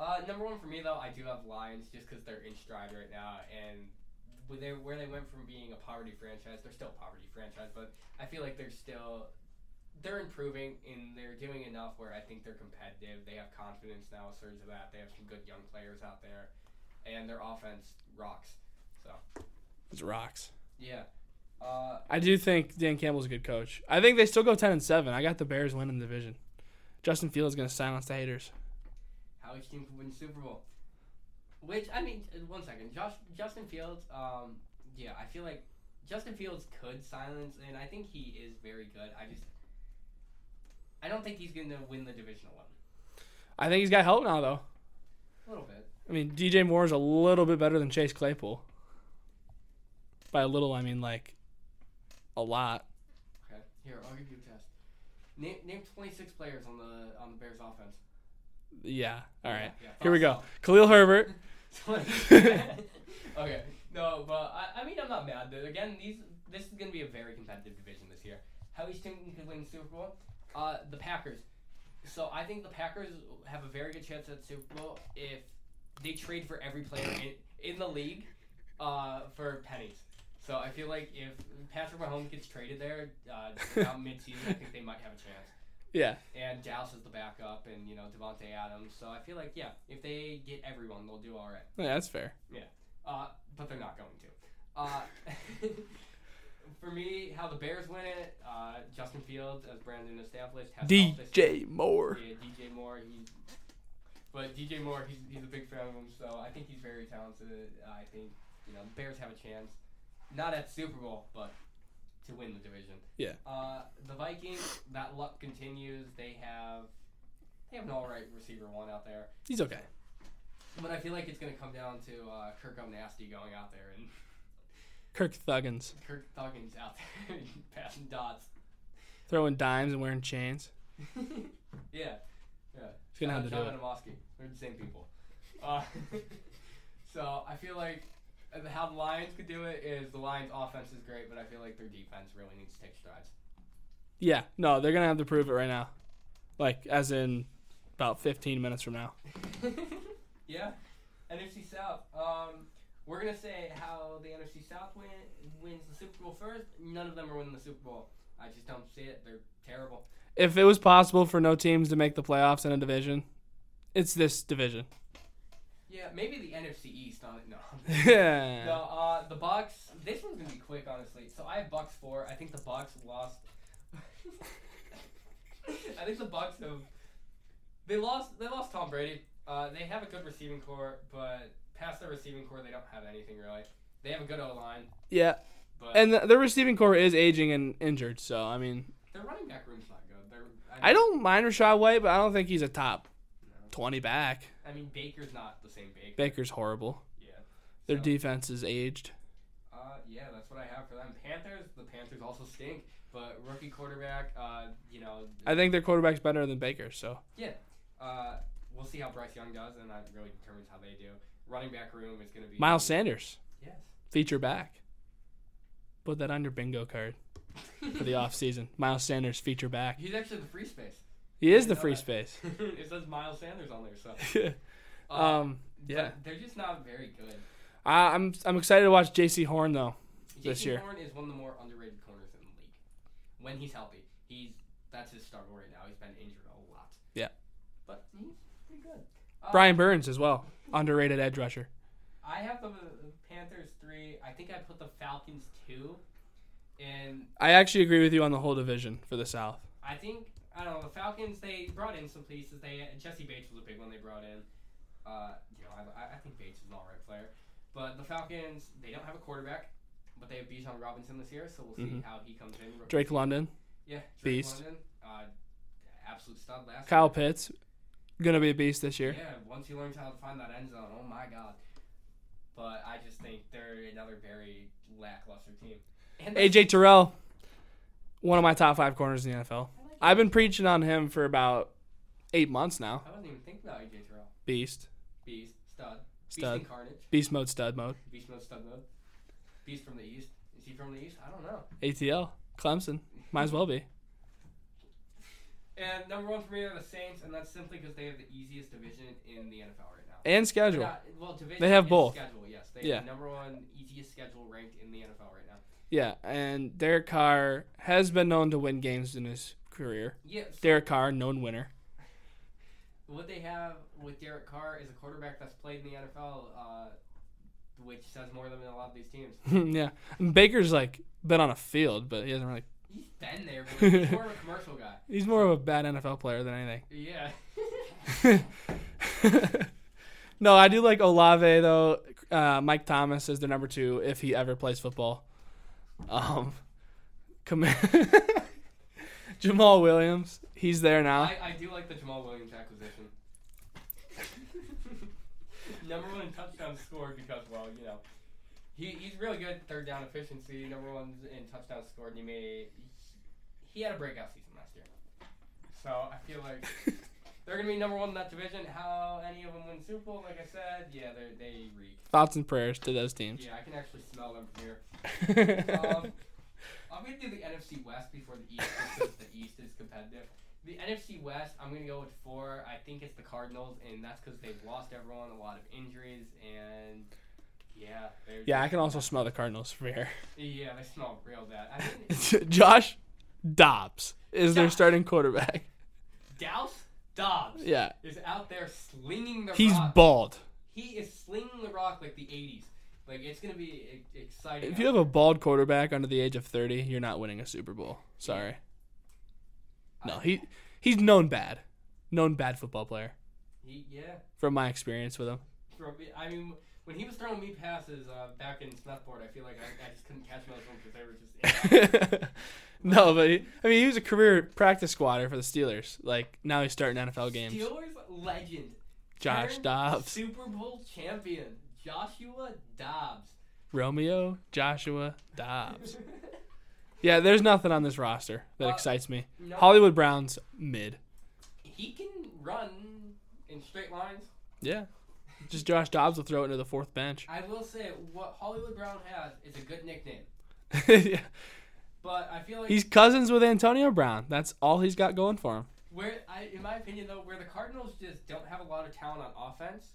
[SPEAKER 1] Uh, number one for me though, I do have Lions just because they're in stride right now, and where they where they went from being a poverty franchise, they're still a poverty franchise, but I feel like they're still they're improving and they're doing enough where I think they're competitive. They have confidence now, a surge of that. They have some good young players out there, and their offense rocks.
[SPEAKER 2] It's rocks.
[SPEAKER 1] Yeah. Uh,
[SPEAKER 2] I do think Dan Campbell's a good coach. I think they still go ten and seven. I got the Bears winning the division. Justin Fields is gonna silence the haters.
[SPEAKER 1] how each team could win the Super Bowl. Which I mean, uh, one second, Josh, Justin Fields. Um, yeah, I feel like Justin Fields could silence, and I think he is very good. I just, I don't think he's gonna win the division alone.
[SPEAKER 2] I think he's got help now though.
[SPEAKER 1] A little bit.
[SPEAKER 2] I mean, DJ Moore's a little bit better than Chase Claypool. By a little, I mean like a lot.
[SPEAKER 1] Okay, here I'll give you a test. Name, name twenty six players on the on the Bears offense.
[SPEAKER 2] Yeah. All right.
[SPEAKER 1] Yeah,
[SPEAKER 2] Here we go.
[SPEAKER 1] thought
[SPEAKER 2] Khalil Herbert.
[SPEAKER 1] so. okay, no, but I, I mean I'm not mad. Though. Again, these this is gonna be a very competitive division this year. How each team could win the Super Bowl? Uh, the Packers. So I think the Packers have a very good chance at the Super Bowl if they trade for every player in, in the league uh, for pennies. So I feel like if Patrick Mahomes gets traded there uh, about midseason, I think they might have a chance.
[SPEAKER 2] Yeah.
[SPEAKER 1] And Dallas is the backup, and you know Devonte Adams. So I feel like yeah, if they get everyone, they'll do all right.
[SPEAKER 2] Yeah, that's fair.
[SPEAKER 1] Uh, but they're not going to. Uh, for me, how the Bears win it, uh, Justin Fields, as Brandon established, has helped this-
[SPEAKER 2] DJ Moore.
[SPEAKER 1] Yeah, DJ Moore. He's, but DJ Moore, he's, he's a big fan of him, so I think he's very talented. Uh, I think you know the Bears have a chance, not at Super Bowl, but to win the division.
[SPEAKER 2] Yeah.
[SPEAKER 1] Uh, the Vikings, that luck continues. They have they have an all right receiver one out there.
[SPEAKER 2] He's okay.
[SPEAKER 1] But I feel like it's going to come down to uh, Kirk Nasty going out there and
[SPEAKER 2] Kirk Thuggins
[SPEAKER 1] Kirk Thuggins out there and passing dots.
[SPEAKER 2] throwing dimes and wearing chains.
[SPEAKER 1] yeah.
[SPEAKER 2] He's gonna have to
[SPEAKER 1] John
[SPEAKER 2] do it.
[SPEAKER 1] Adamowski. They're the same people. Uh, so I feel like uh, how the Lions could do it is the Lions' offense is great, but I feel like their defense really needs to take strides.
[SPEAKER 2] Yeah. No, they're gonna have to prove it right now. Like as in about 15 minutes from now.
[SPEAKER 1] yeah. NFC South. Um, we're gonna say how the NFC South win, wins the Super Bowl first. None of them are winning the Super Bowl. I just don't see it. They're terrible.
[SPEAKER 2] If it was possible for no teams to make the playoffs in a division, it's this division.
[SPEAKER 1] Yeah, maybe the NFC East on it. No. No,
[SPEAKER 2] Yeah.
[SPEAKER 1] uh, the Bucks. This one's gonna be quick, honestly. So I have Bucks four. I think the Bucks lost. I think the Bucks have. They lost. They lost Tom Brady. Uh, they have a good receiving core, but past their receiving core, they don't have anything really. They have a good O line,
[SPEAKER 2] Yeah,
[SPEAKER 1] but
[SPEAKER 2] and the, their receiving core is aging and injured. So I mean,
[SPEAKER 1] their running back room's not good. They're,
[SPEAKER 2] I don't mind Rashad White, but I don't think he's a top twenty back.
[SPEAKER 1] I mean, Baker's not the same Baker.
[SPEAKER 2] Baker's horrible.
[SPEAKER 1] yeah.
[SPEAKER 2] Their
[SPEAKER 1] So,
[SPEAKER 2] defense is aged.
[SPEAKER 1] Uh, yeah, that's what I have for them. Panthers. The Panthers also stink, but rookie quarterback. Uh, you know.
[SPEAKER 2] I think their quarterback's better than Baker. So
[SPEAKER 1] Yeah. Uh, we'll see how Bryce Young does, and that really determines how they do. Running back room is going to be
[SPEAKER 2] Miles Sanders,
[SPEAKER 1] Yes.
[SPEAKER 2] feature back. Put that on your bingo card for the off season. Miles Sanders, feature back.
[SPEAKER 1] He's actually the free space.
[SPEAKER 2] He is
[SPEAKER 1] I
[SPEAKER 2] the
[SPEAKER 1] know
[SPEAKER 2] free
[SPEAKER 1] that.
[SPEAKER 2] space.
[SPEAKER 1] it says Miles Sanders on there, so. Uh,
[SPEAKER 2] um, yeah,
[SPEAKER 1] But they're just not very good.
[SPEAKER 2] I, I'm I'm excited to watch J.C. Horn though. This
[SPEAKER 1] JC
[SPEAKER 2] year.
[SPEAKER 1] Horn is one of the more underrated corners in the league. When he's healthy, he's that's his struggle right now. He's been injured a lot.
[SPEAKER 2] Yeah.
[SPEAKER 1] But he's pretty good. Uh,
[SPEAKER 2] Brian Burns as well, underrated edge rusher.
[SPEAKER 1] I have the the Panthers three. I think I put the Falcons two, and
[SPEAKER 2] I actually agree with you on the whole division for the South.
[SPEAKER 1] I think I don't know the Falcons. They brought in some pieces. They Jesse Bates was a big one they brought in. Uh, you know, I- I, I think Bates is an all right player, but the Falcons they don't have a quarterback, but they have Bijan Robinson this year, so we'll see
[SPEAKER 2] Mhm.
[SPEAKER 1] how he comes in.
[SPEAKER 2] Drake London,
[SPEAKER 1] yeah, Drake
[SPEAKER 2] Beast.
[SPEAKER 1] London, uh, absolute stud last.
[SPEAKER 2] Kyle Pitts, gonna be a beast this year.
[SPEAKER 1] Yeah, once he learns how to find that end zone, oh my god. But I just think they're another very lackluster team. And they-
[SPEAKER 2] AJ Terrell, one of my top five corners in the NFL.
[SPEAKER 1] I, like-
[SPEAKER 2] I've been preaching on him for about eight months now.
[SPEAKER 1] I wasn't even thinking about AJ Terrell.
[SPEAKER 2] Beast,
[SPEAKER 1] Beast, stud,
[SPEAKER 2] Stud.
[SPEAKER 1] beast incarnate.
[SPEAKER 2] beast mode, stud mode.
[SPEAKER 1] Beast mode, stud mode. Beast from the east. Is he from the east? I don't know.
[SPEAKER 2] ATL, Clemson, might as well be.
[SPEAKER 1] And number one for me are the Saints, and that's simply because they have the easiest division in the NFL right now.
[SPEAKER 2] And schedule.
[SPEAKER 1] Not- well, division.
[SPEAKER 2] They have
[SPEAKER 1] is
[SPEAKER 2] both.
[SPEAKER 1] Schedule, yes. They
[SPEAKER 2] Yeah.
[SPEAKER 1] have the number one easiest schedule ranked in the NFL right now.
[SPEAKER 2] Yeah, and Derek Carr has been known to win games in his career.
[SPEAKER 1] Yes.
[SPEAKER 2] Derek Carr, known winner.
[SPEAKER 1] What they have with Derek Carr is a quarterback that's played in the NFL, uh, which says more than a lot of these teams.
[SPEAKER 2] yeah. And Baker's like been on a field, but he hasn't really
[SPEAKER 1] He's been there, but he's more of a commercial guy.
[SPEAKER 2] he's more of a bad NFL player than anything.
[SPEAKER 1] Yeah.
[SPEAKER 2] no, I do like Olave though. Uh, Mike Thomas is their number two if he ever plays football. Um, come Jamal Williams, he's there now.
[SPEAKER 1] I, I do like the Jamal Williams acquisition. number one in touchdown scored because, well, you know, he, he's really good third down efficiency. Number one in touchdown scored, and he made he had a breakout season last year. So I feel like they're gonna be number one in that division. How any of them win Super Bowl? Like I said, yeah, they they reek.
[SPEAKER 2] Thoughts and prayers to those teams.
[SPEAKER 1] Yeah, I can actually smell them from here. Um,
[SPEAKER 2] Who
[SPEAKER 1] I'm gonna do the NFC West before the East because the East is competitive. The NFC West, I'm gonna go with four. I think it's the Cardinals, and that's because they've lost everyone, a lot of injuries, and yeah, they're
[SPEAKER 2] yeah, I can also smell the Cardinals from here.
[SPEAKER 1] yeah, they smell real bad. I mean,
[SPEAKER 2] Josh Dobbs is their
[SPEAKER 1] Dobbs.
[SPEAKER 2] starting quarterback.
[SPEAKER 1] Douse Dobbs
[SPEAKER 2] Yeah,
[SPEAKER 1] is out there slinging the
[SPEAKER 2] he's
[SPEAKER 1] rock.
[SPEAKER 2] bald.
[SPEAKER 1] he is slinging the rock like the '80s. Like it's gonna be e- exciting.
[SPEAKER 2] If you have a bald quarterback under the age of 30, you're not winning a Super Bowl. Sorry. No, he he's known bad. Known bad football player
[SPEAKER 1] he, yeah.
[SPEAKER 2] from my experience with him.
[SPEAKER 1] throw- I mean, when he was throwing me passes uh, back in Snuffboard, I feel like I, I just couldn't catch most of them because they were just.
[SPEAKER 2] no, but he, I mean, he was a career practice squatter for the Steelers. Like now he's starting NFL games.
[SPEAKER 1] Steelers legend.
[SPEAKER 2] Josh
[SPEAKER 1] turned
[SPEAKER 2] Dobbs,
[SPEAKER 1] Super Bowl champion. Joshua Dobbs.
[SPEAKER 2] Romeo, Joshua Dobbs. Yeah, there's nothing on this roster that
[SPEAKER 1] Uh,
[SPEAKER 2] excites me.
[SPEAKER 1] no.
[SPEAKER 2] Hollywood Browns mid.
[SPEAKER 1] He can run in straight lines.
[SPEAKER 2] Yeah. Just Josh Dobbs will throw it into the fourth bench.
[SPEAKER 1] I will say, what Hollywood Brown has is a good nickname.
[SPEAKER 2] yeah.
[SPEAKER 1] But I feel like
[SPEAKER 2] He's cousins with Antonio Brown. That's all he's got going for him.
[SPEAKER 1] where, I, in my opinion, though, where the Cardinals just don't have a lot of talent on offense,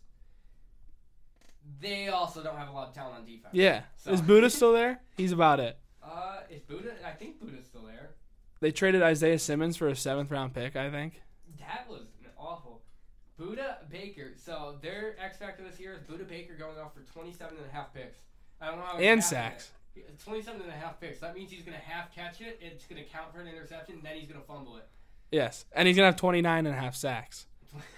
[SPEAKER 1] they also don't have a lot of talent on defense.
[SPEAKER 2] Yeah.
[SPEAKER 1] So-
[SPEAKER 2] Is Buddha still there? He's about it.
[SPEAKER 1] Uh, is Buddha? I think Buddha's still there.
[SPEAKER 2] They traded Isaiah Simmons for a seventh round pick, I think.
[SPEAKER 1] That was an awful. Buddha Baker. So their X factor this year is Buddha Baker going off for 27 and a half picks. I don't know how. he's halving
[SPEAKER 2] And sacks.
[SPEAKER 1] it. 27 and a half picks. That means he's going to half catch it. It's going to count for an interception. Then he's going to fumble it.
[SPEAKER 2] Yes. And he's going to have 29 and a half sacks.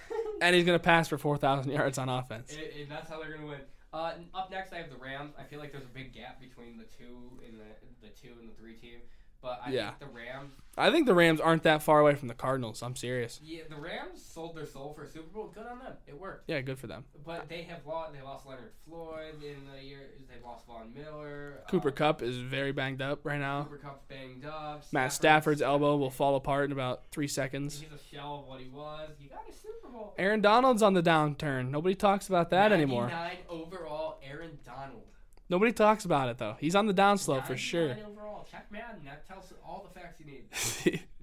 [SPEAKER 2] and he's gonna pass for four thousand yards on offense.
[SPEAKER 1] And- and that's how they're gonna win. Uh, n- up next, I have the Rams. I feel like there's a big gap between the two and the the two and the three team, but I
[SPEAKER 2] Yeah.
[SPEAKER 1] think the Rams.
[SPEAKER 2] I think the Rams aren't that far away from the Cardinals. I'm serious.
[SPEAKER 1] Yeah, the Rams sold their soul for a Super Bowl. Good on them. It worked.
[SPEAKER 2] Yeah, good for them.
[SPEAKER 1] But they have lost. They lost Leonard Floyd in the year. They lost Von Miller.
[SPEAKER 2] Cooper
[SPEAKER 1] uh,
[SPEAKER 2] Cup is very banged up right now.
[SPEAKER 1] Cooper Cup's banged up.
[SPEAKER 2] Matt Stafford's elbow will fall apart in about three seconds.
[SPEAKER 1] He's a shell of what he was. You got a Super Bowl.
[SPEAKER 2] Aaron Donald's on the downturn. Nobody talks about that anymore.
[SPEAKER 1] 99 overall, Aaron Donald.
[SPEAKER 2] Nobody talks about it though. He's on the downslope for
[SPEAKER 1] 99
[SPEAKER 2] sure.
[SPEAKER 1] Overall, check Madden. That tells all the facts you need.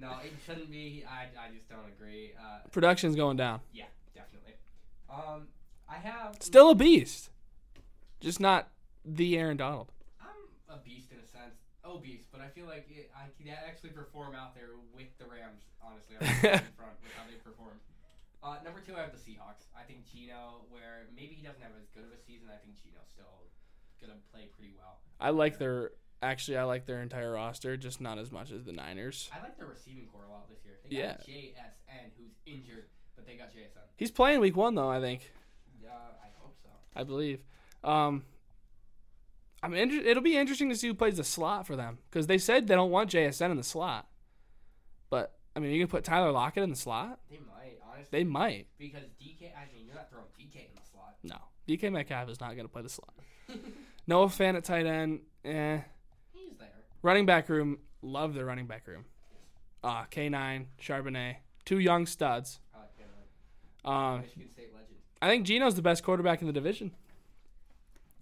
[SPEAKER 1] No, it shouldn't be. I, I just don't agree. Uh,
[SPEAKER 2] Production's going down.
[SPEAKER 1] yeah, definitely. Um, I have.
[SPEAKER 2] Still a beast, just not the Aaron Donald.
[SPEAKER 1] I'm a beast in a sense. Obese, but I feel like it, I can actually perform out there with the Rams, honestly. I'm in front with how they perform. Uh, number two, I have the Seahawks. I think Gino, where maybe he doesn't have as good of a season, I think Gino's still going to play pretty well.
[SPEAKER 2] I like their actually I like their entire roster, just not as much as the Niners.
[SPEAKER 1] I like their receiving core a lot this year. They got JSN, who's injured, but they got JSN.
[SPEAKER 2] He's playing week one though. I think
[SPEAKER 1] Uh, I hope so.
[SPEAKER 2] I believe. Um, I'm inter- it'll be interesting to see who plays the slot for them because they said they don't want JSN in the slot, but I mean you can put Tyler Lockett in the slot.
[SPEAKER 1] They might, honestly.
[SPEAKER 2] They might.
[SPEAKER 1] because DK, I mean, you're not throwing DK in the slot.
[SPEAKER 2] No, DK Metcalf is not going to play the slot. Noah Fan at tight end. Eh.
[SPEAKER 1] He's there.
[SPEAKER 2] Running back room. Love their running back room. Uh, K9, Charbonnet, two young studs.
[SPEAKER 1] I like him.
[SPEAKER 2] Um,
[SPEAKER 1] Michigan State legend.
[SPEAKER 2] I think Gino's the best quarterback in the division.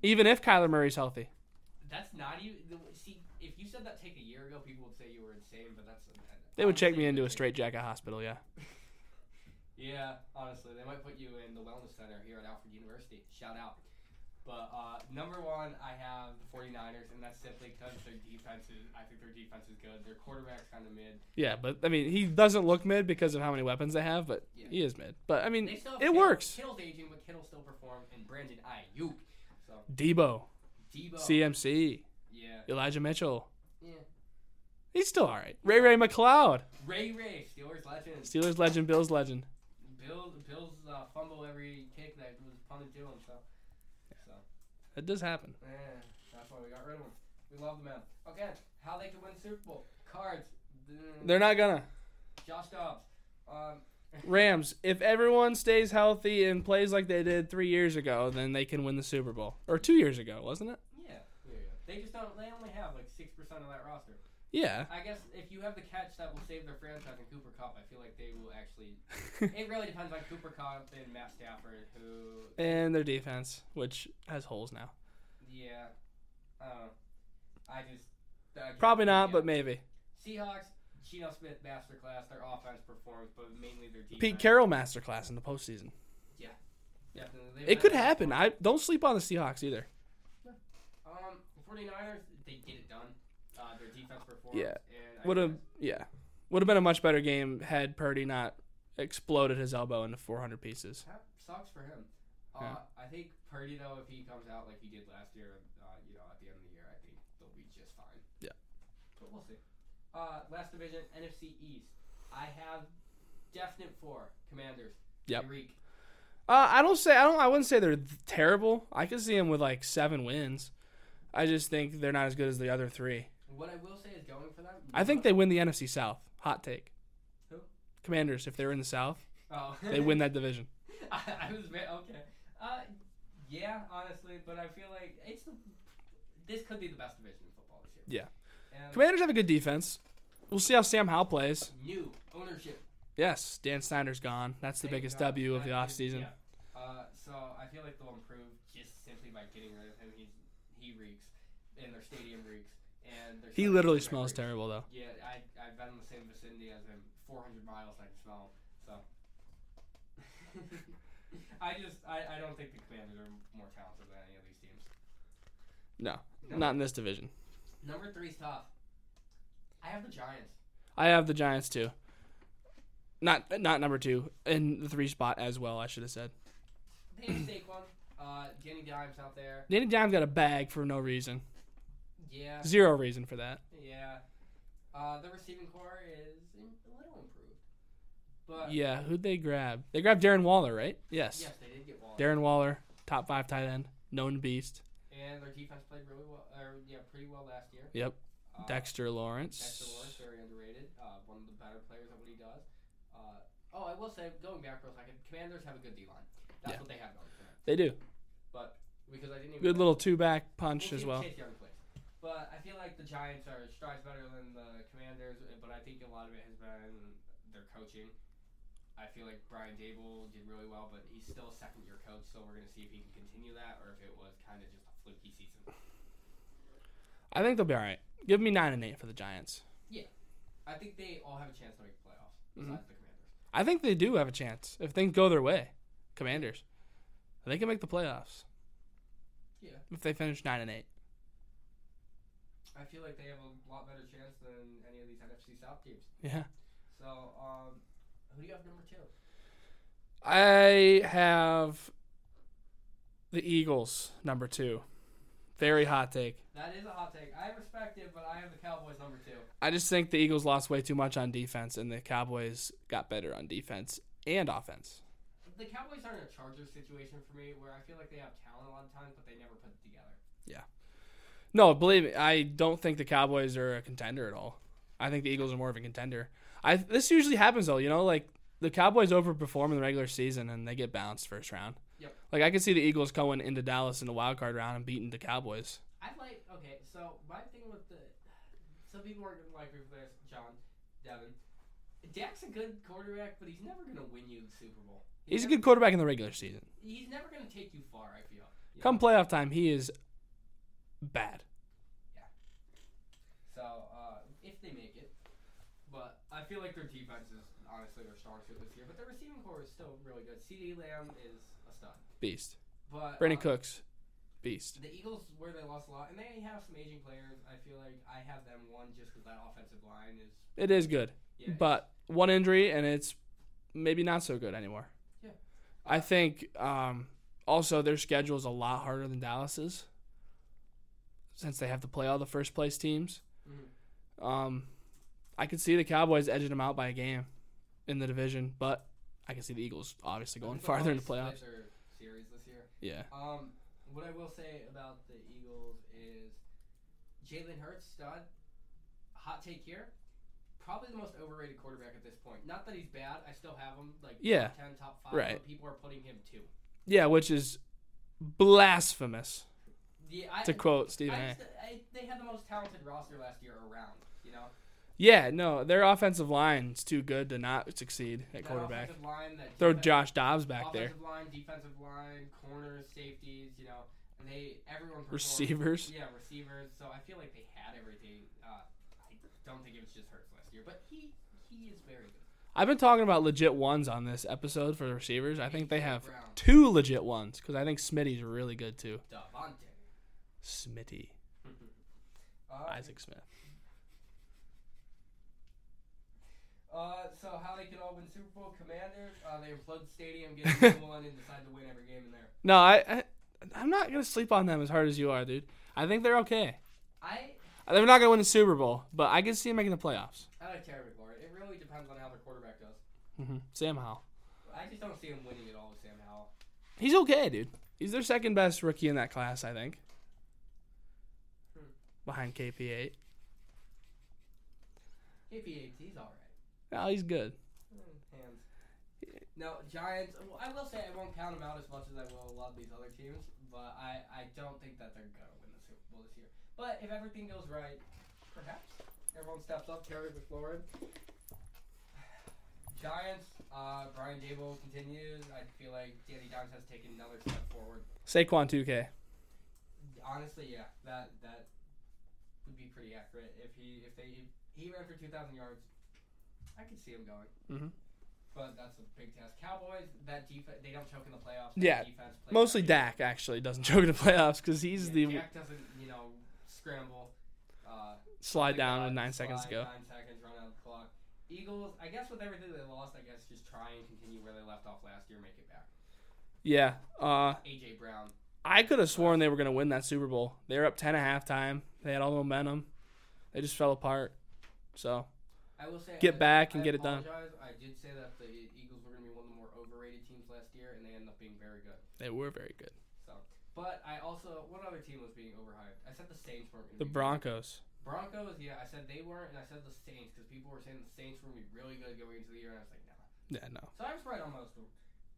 [SPEAKER 2] Even if Kyler Murray's healthy.
[SPEAKER 1] That's not even. the- See, if you said that take a year ago, people would say you were insane. But that's uh,
[SPEAKER 2] They would
[SPEAKER 1] honestly,
[SPEAKER 2] check me into a
[SPEAKER 1] they-
[SPEAKER 2] straitjacket hospital, yeah.
[SPEAKER 1] Yeah, honestly, they might put you in the wellness center here at Alfred University. Shout out. But uh, number one, I have the 49ers, and that's simply because their defense is. I think their defense is good. Their quarterback's kind of mid.
[SPEAKER 2] Yeah, but I mean, he doesn't look mid because of how many weapons they have, but
[SPEAKER 1] Yeah.
[SPEAKER 2] he is mid. But I mean,
[SPEAKER 1] They still have
[SPEAKER 2] Mm, it
[SPEAKER 1] Kittle-
[SPEAKER 2] works.
[SPEAKER 1] Kittle's aging, but Kittle still performed, and Brandon Ayuk. So
[SPEAKER 2] Debo,
[SPEAKER 1] Debo.
[SPEAKER 2] CMC,
[SPEAKER 1] Yeah.
[SPEAKER 2] Elijah Mitchell.
[SPEAKER 1] Yeah.
[SPEAKER 2] He's still all right. Ray Ray McLeod,
[SPEAKER 1] Ray Ray, Steelers legend.
[SPEAKER 2] Steelers legend, Bills legend.
[SPEAKER 1] Bill, Bill's uh, fumble every kick that was punted to him. So. So.
[SPEAKER 2] That does happen.
[SPEAKER 1] Yeah, that's why we got rid of them. We love the man. Okay, how they can win Super Bowl? Cards.
[SPEAKER 2] They're not gonna.
[SPEAKER 1] Josh Dobbs. Um,
[SPEAKER 2] Rams, if everyone stays healthy and plays like they did three years ago, then they can win the Super Bowl. Or two years ago, wasn't it?
[SPEAKER 1] yeah, yeah, yeah. They just don't. They only have like six percent of that roster.
[SPEAKER 2] Yeah.
[SPEAKER 1] I guess if you have the catch that will save their franchise in Cooper Cup, I feel like they will actually. it really depends on Cooper Cup and Matt Stafford, who.
[SPEAKER 2] and their defense, which has holes now.
[SPEAKER 1] Yeah. I don't know. I just. I
[SPEAKER 2] Probably not,
[SPEAKER 1] yeah.
[SPEAKER 2] but maybe.
[SPEAKER 1] Seahawks. Geno Smith masterclass. Their offense performs, but mainly their defense.
[SPEAKER 2] Pete Carroll masterclass in the postseason.
[SPEAKER 1] Definitely. They've
[SPEAKER 2] It could
[SPEAKER 1] had-
[SPEAKER 2] happen. I don't sleep on the Seahawks either.
[SPEAKER 1] Um, 49ers, they get it done. Uh, their defense performs.
[SPEAKER 2] Yeah.
[SPEAKER 1] And I
[SPEAKER 2] Would have
[SPEAKER 1] guess-
[SPEAKER 2] yeah. Would have been a much better game had Purdy not exploded his elbow into 400 pieces.
[SPEAKER 1] That sucks for him. Uh,
[SPEAKER 2] Yeah.
[SPEAKER 1] I think Purdy, though, if he comes out like he did last year, uh, you know, at the end of the year, I think they'll be just fine.
[SPEAKER 2] Yeah.
[SPEAKER 1] But we'll see. Uh, last division, NFC East. I have definite four commanders.
[SPEAKER 2] Yep.
[SPEAKER 1] Reek.
[SPEAKER 2] Uh, I don't say I don't I wouldn't say they're th- terrible. I could see them with like 7 wins. I just think they're not as good as the other 3.
[SPEAKER 1] What I will say is going for them.
[SPEAKER 2] I think they win the NFC South. Hot take.
[SPEAKER 1] Who?
[SPEAKER 2] Commanders if they're in the South,
[SPEAKER 1] Oh.
[SPEAKER 2] they win that division.
[SPEAKER 1] I, I was very okay. Uh, yeah, honestly, but I feel like it's the, this could be the best division in football this year.
[SPEAKER 2] Yeah.
[SPEAKER 1] And
[SPEAKER 2] Commanders have a good defense. We'll see how Sam Howell plays.
[SPEAKER 1] new ownership.
[SPEAKER 2] Yes, Dan Snyder's gone. That's the
[SPEAKER 1] Thank
[SPEAKER 2] biggest
[SPEAKER 1] God.
[SPEAKER 2] W of the
[SPEAKER 1] That is-
[SPEAKER 2] offseason.
[SPEAKER 1] yeah. Uh, so I feel like they'll improve just simply by getting rid of him. He's, he reeks, and their stadium reeks, and their
[SPEAKER 2] He
[SPEAKER 1] stadium
[SPEAKER 2] literally
[SPEAKER 1] reeks.
[SPEAKER 2] smells terrible, though.
[SPEAKER 1] Yeah, I I've been in the same vicinity as him, 400 miles. I can smell him. So. I just I, I don't think the Commanders are more talented than any of these teams.
[SPEAKER 2] No,
[SPEAKER 1] No.
[SPEAKER 2] not in this division.
[SPEAKER 1] Number three's tough. I have the Giants.
[SPEAKER 2] I have the Giants too. Not not number two in the three spot as well. I should have said.
[SPEAKER 1] They have Saquon. Uh, Danny Dimes out there.
[SPEAKER 2] Danny Dimes got a bag for no reason,
[SPEAKER 1] Yeah,
[SPEAKER 2] zero reason for that.
[SPEAKER 1] yeah. Uh, the receiving core is in- a little improved. But
[SPEAKER 2] Yeah, who'd they grab? They grabbed Darren Waller, right? Yes.
[SPEAKER 1] yes, they did get Waller.
[SPEAKER 2] Darren Waller, top five tight end, known beast.
[SPEAKER 1] And their defense played really well, or yeah, pretty well last year.
[SPEAKER 2] Yep.
[SPEAKER 1] Uh,
[SPEAKER 2] Dexter Lawrence.
[SPEAKER 1] Dexter Lawrence, very underrated. Uh, one of the better players at what he does. Uh, oh, I will say, going back for a second, Commanders have a good D line. That's
[SPEAKER 2] Yeah.
[SPEAKER 1] what they have going for them.
[SPEAKER 2] They do.
[SPEAKER 1] But because I didn't even
[SPEAKER 2] Good little two back punch
[SPEAKER 1] We'll
[SPEAKER 2] as
[SPEAKER 1] see if
[SPEAKER 2] well.
[SPEAKER 1] Chase Young plays. But I feel like the Giants are strides better than the Commanders. But I think a lot of it has been their coaching. I feel like Brian Dable did really well, but he's still a second year coach, so we're going to see if he can continue that or if it was kind of just a fluky season.
[SPEAKER 2] I think they'll be all right. Give me nine and eight for the Giants.
[SPEAKER 1] I think they all have a chance to make the playoffs,
[SPEAKER 2] Mm-hmm.
[SPEAKER 1] besides the Commanders.
[SPEAKER 2] I think they do have a chance if things go their way. Commanders, they can make the playoffs.
[SPEAKER 1] Yeah.
[SPEAKER 2] If they finish nine and eight,
[SPEAKER 1] I feel like they have a lot better chance than any of these NFC South teams.
[SPEAKER 2] yeah.
[SPEAKER 1] So, um, who do you have number two?
[SPEAKER 2] I have the Eagles number two. Very hot take.
[SPEAKER 1] That is a hot take. I respect it, but I have the Cowboys number two.
[SPEAKER 2] I just think the Eagles lost way too much on defense, and the Cowboys got better on defense and offense.
[SPEAKER 1] The Cowboys are in a Chargers situation for me, where I feel like they have talent a lot of times, but they never put it together.
[SPEAKER 2] No, believe me, I don't think the Cowboys are a contender at all. I think the Eagles are more of a contender. I this usually happens though, you know, like the Cowboys overperform in the regular season and they get bounced first round.
[SPEAKER 1] Yep.
[SPEAKER 2] Like I could see the Eagles going into Dallas in the wild card round and beating the Cowboys.
[SPEAKER 1] I like okay, so my thing with the some people aren't gonna like me for this, John, Devin. Dak's a good quarterback, but he's never gonna win you the Super Bowl.
[SPEAKER 2] He's a
[SPEAKER 1] never,
[SPEAKER 2] good quarterback in the regular season.
[SPEAKER 1] He's never gonna take you far. I feel. you
[SPEAKER 2] Come
[SPEAKER 1] know?
[SPEAKER 2] playoff time, he is bad.
[SPEAKER 1] So uh, if they make it, but I feel like their defense is honestly their strong suit this year. But their receiving core is still really good. C.D. Lamb is a stud.
[SPEAKER 2] Beast.
[SPEAKER 1] But
[SPEAKER 2] Brandon
[SPEAKER 1] uh,
[SPEAKER 2] Cooks, beast.
[SPEAKER 1] The Eagles, where they lost a lot, and they have some aging players. I feel like I have them one just because that offensive line is.
[SPEAKER 2] It is good,
[SPEAKER 1] Yeah,
[SPEAKER 2] but one injury and it's maybe not so good anymore.
[SPEAKER 1] Yeah.
[SPEAKER 2] I think um, also their schedule is a lot harder than Dallas's since they have to play all the first place teams.
[SPEAKER 1] Mhm.
[SPEAKER 2] Um, I could see the Cowboys edging them out by a game in the division, but I can see the Eagles obviously going farther in the playoffs.
[SPEAKER 1] Their series this year.
[SPEAKER 2] Yeah.
[SPEAKER 1] Um, what I will say about the Eagles is Jalen Hurts, stud. Hot take here. Probably the most overrated quarterback at this point. Not that he's bad. I still have him like
[SPEAKER 2] Yeah.
[SPEAKER 1] top ten, top five.
[SPEAKER 2] Right.
[SPEAKER 1] But people are putting him two.
[SPEAKER 2] Yeah, which is blasphemous
[SPEAKER 1] Yeah, I,
[SPEAKER 2] to quote Stephen
[SPEAKER 1] I
[SPEAKER 2] A.
[SPEAKER 1] just, I, they had the most talented roster last year around. You know,
[SPEAKER 2] Yeah, no, their offensive line's too good to not succeed at
[SPEAKER 1] That
[SPEAKER 2] quarterback.
[SPEAKER 1] offensive line, that
[SPEAKER 2] Throw
[SPEAKER 1] defense-
[SPEAKER 2] Josh Dobbs back there.
[SPEAKER 1] offensive line, defensive line, corners, safeties, you know, and they everyone performed.
[SPEAKER 2] Receivers.
[SPEAKER 1] Yeah, receivers. So I feel like they had everything. Uh, I don't think it was just Hurts last year, but he he is very good.
[SPEAKER 2] I've been talking about legit ones on this episode for the receivers. I think they have
[SPEAKER 1] Brown,
[SPEAKER 2] two legit ones because I think Smitty's really good too.
[SPEAKER 1] Davante.
[SPEAKER 2] Smitty,
[SPEAKER 1] Uh,
[SPEAKER 2] Isaac Smith.
[SPEAKER 1] Uh, so how they could all win Super Bowl? Commanders. Uh, they implode the stadium, get a new one, and decide to win every game in there.
[SPEAKER 2] No, I, I I'm not gonna sleep on them as hard as you are, dude. I think they're okay.
[SPEAKER 1] I
[SPEAKER 2] They're not gonna win the Super Bowl, but I can see them making the playoffs.
[SPEAKER 1] I like Terry McLaurin. It really depends on how their quarterback does.
[SPEAKER 2] hmm Sam Howell,
[SPEAKER 1] I just don't see him winning it all with Sam Howell.
[SPEAKER 2] he's okay, dude. He's their second best rookie in that class, I think,
[SPEAKER 1] Hmm.
[SPEAKER 2] behind KP8.
[SPEAKER 1] KP8, he's all right.
[SPEAKER 2] No, he's good.
[SPEAKER 1] Mm, Hands. No, Giants. Well, I will say I won't count them out as much as I will a lot of these other teams, but I, I don't think that they're gonna win the Super Bowl this year. But if everything goes right, perhaps everyone steps up. Terry McLaurin. Giants. Uh, Brian Dable continues. I feel like Danny Dimes has taken another step forward.
[SPEAKER 2] Saquon 2K.
[SPEAKER 1] Honestly, yeah, that that would be pretty accurate if he if they if he ran for two thousand yards. I could see him going.
[SPEAKER 2] hmm
[SPEAKER 1] But that's a big test. Cowboys, that defense, they don't choke in the playoffs.
[SPEAKER 2] Yeah,
[SPEAKER 1] That defense plays
[SPEAKER 2] Mostly
[SPEAKER 1] very-
[SPEAKER 2] Dak actually doesn't choke in the playoffs because he's
[SPEAKER 1] Yeah,
[SPEAKER 2] the
[SPEAKER 1] Dak doesn't, you know, scramble. Uh,
[SPEAKER 2] slide
[SPEAKER 1] like,
[SPEAKER 2] down
[SPEAKER 1] uh,
[SPEAKER 2] with nine seconds
[SPEAKER 1] slide,
[SPEAKER 2] to go.
[SPEAKER 1] Nine seconds, run out the clock. Eagles, I guess with everything they lost, I guess just try and continue where they left off last year, make it back.
[SPEAKER 2] Yeah. Uh,
[SPEAKER 1] AJ Brown,
[SPEAKER 2] I could have sworn they were going to win that Super Bowl. They were up 10 at halftime. They had all the momentum. They just fell apart. So,
[SPEAKER 1] I I will say
[SPEAKER 2] Get
[SPEAKER 1] I-
[SPEAKER 2] back and
[SPEAKER 1] I
[SPEAKER 2] get it done.
[SPEAKER 1] apologize. I did say that the Eagles were going to be one of the more overrated teams last year, and they ended up being very good.
[SPEAKER 2] They were very good.
[SPEAKER 1] So, but I also what other team was being overhyped? I said the Saints weren't. Gonna
[SPEAKER 2] The
[SPEAKER 1] be good.
[SPEAKER 2] Broncos.
[SPEAKER 1] Broncos, yeah, I said they weren't, and I said the Saints because people were saying the Saints were going to be really good going into the year, and I was like, no.
[SPEAKER 2] Yeah, no.
[SPEAKER 1] So I was right on most of them.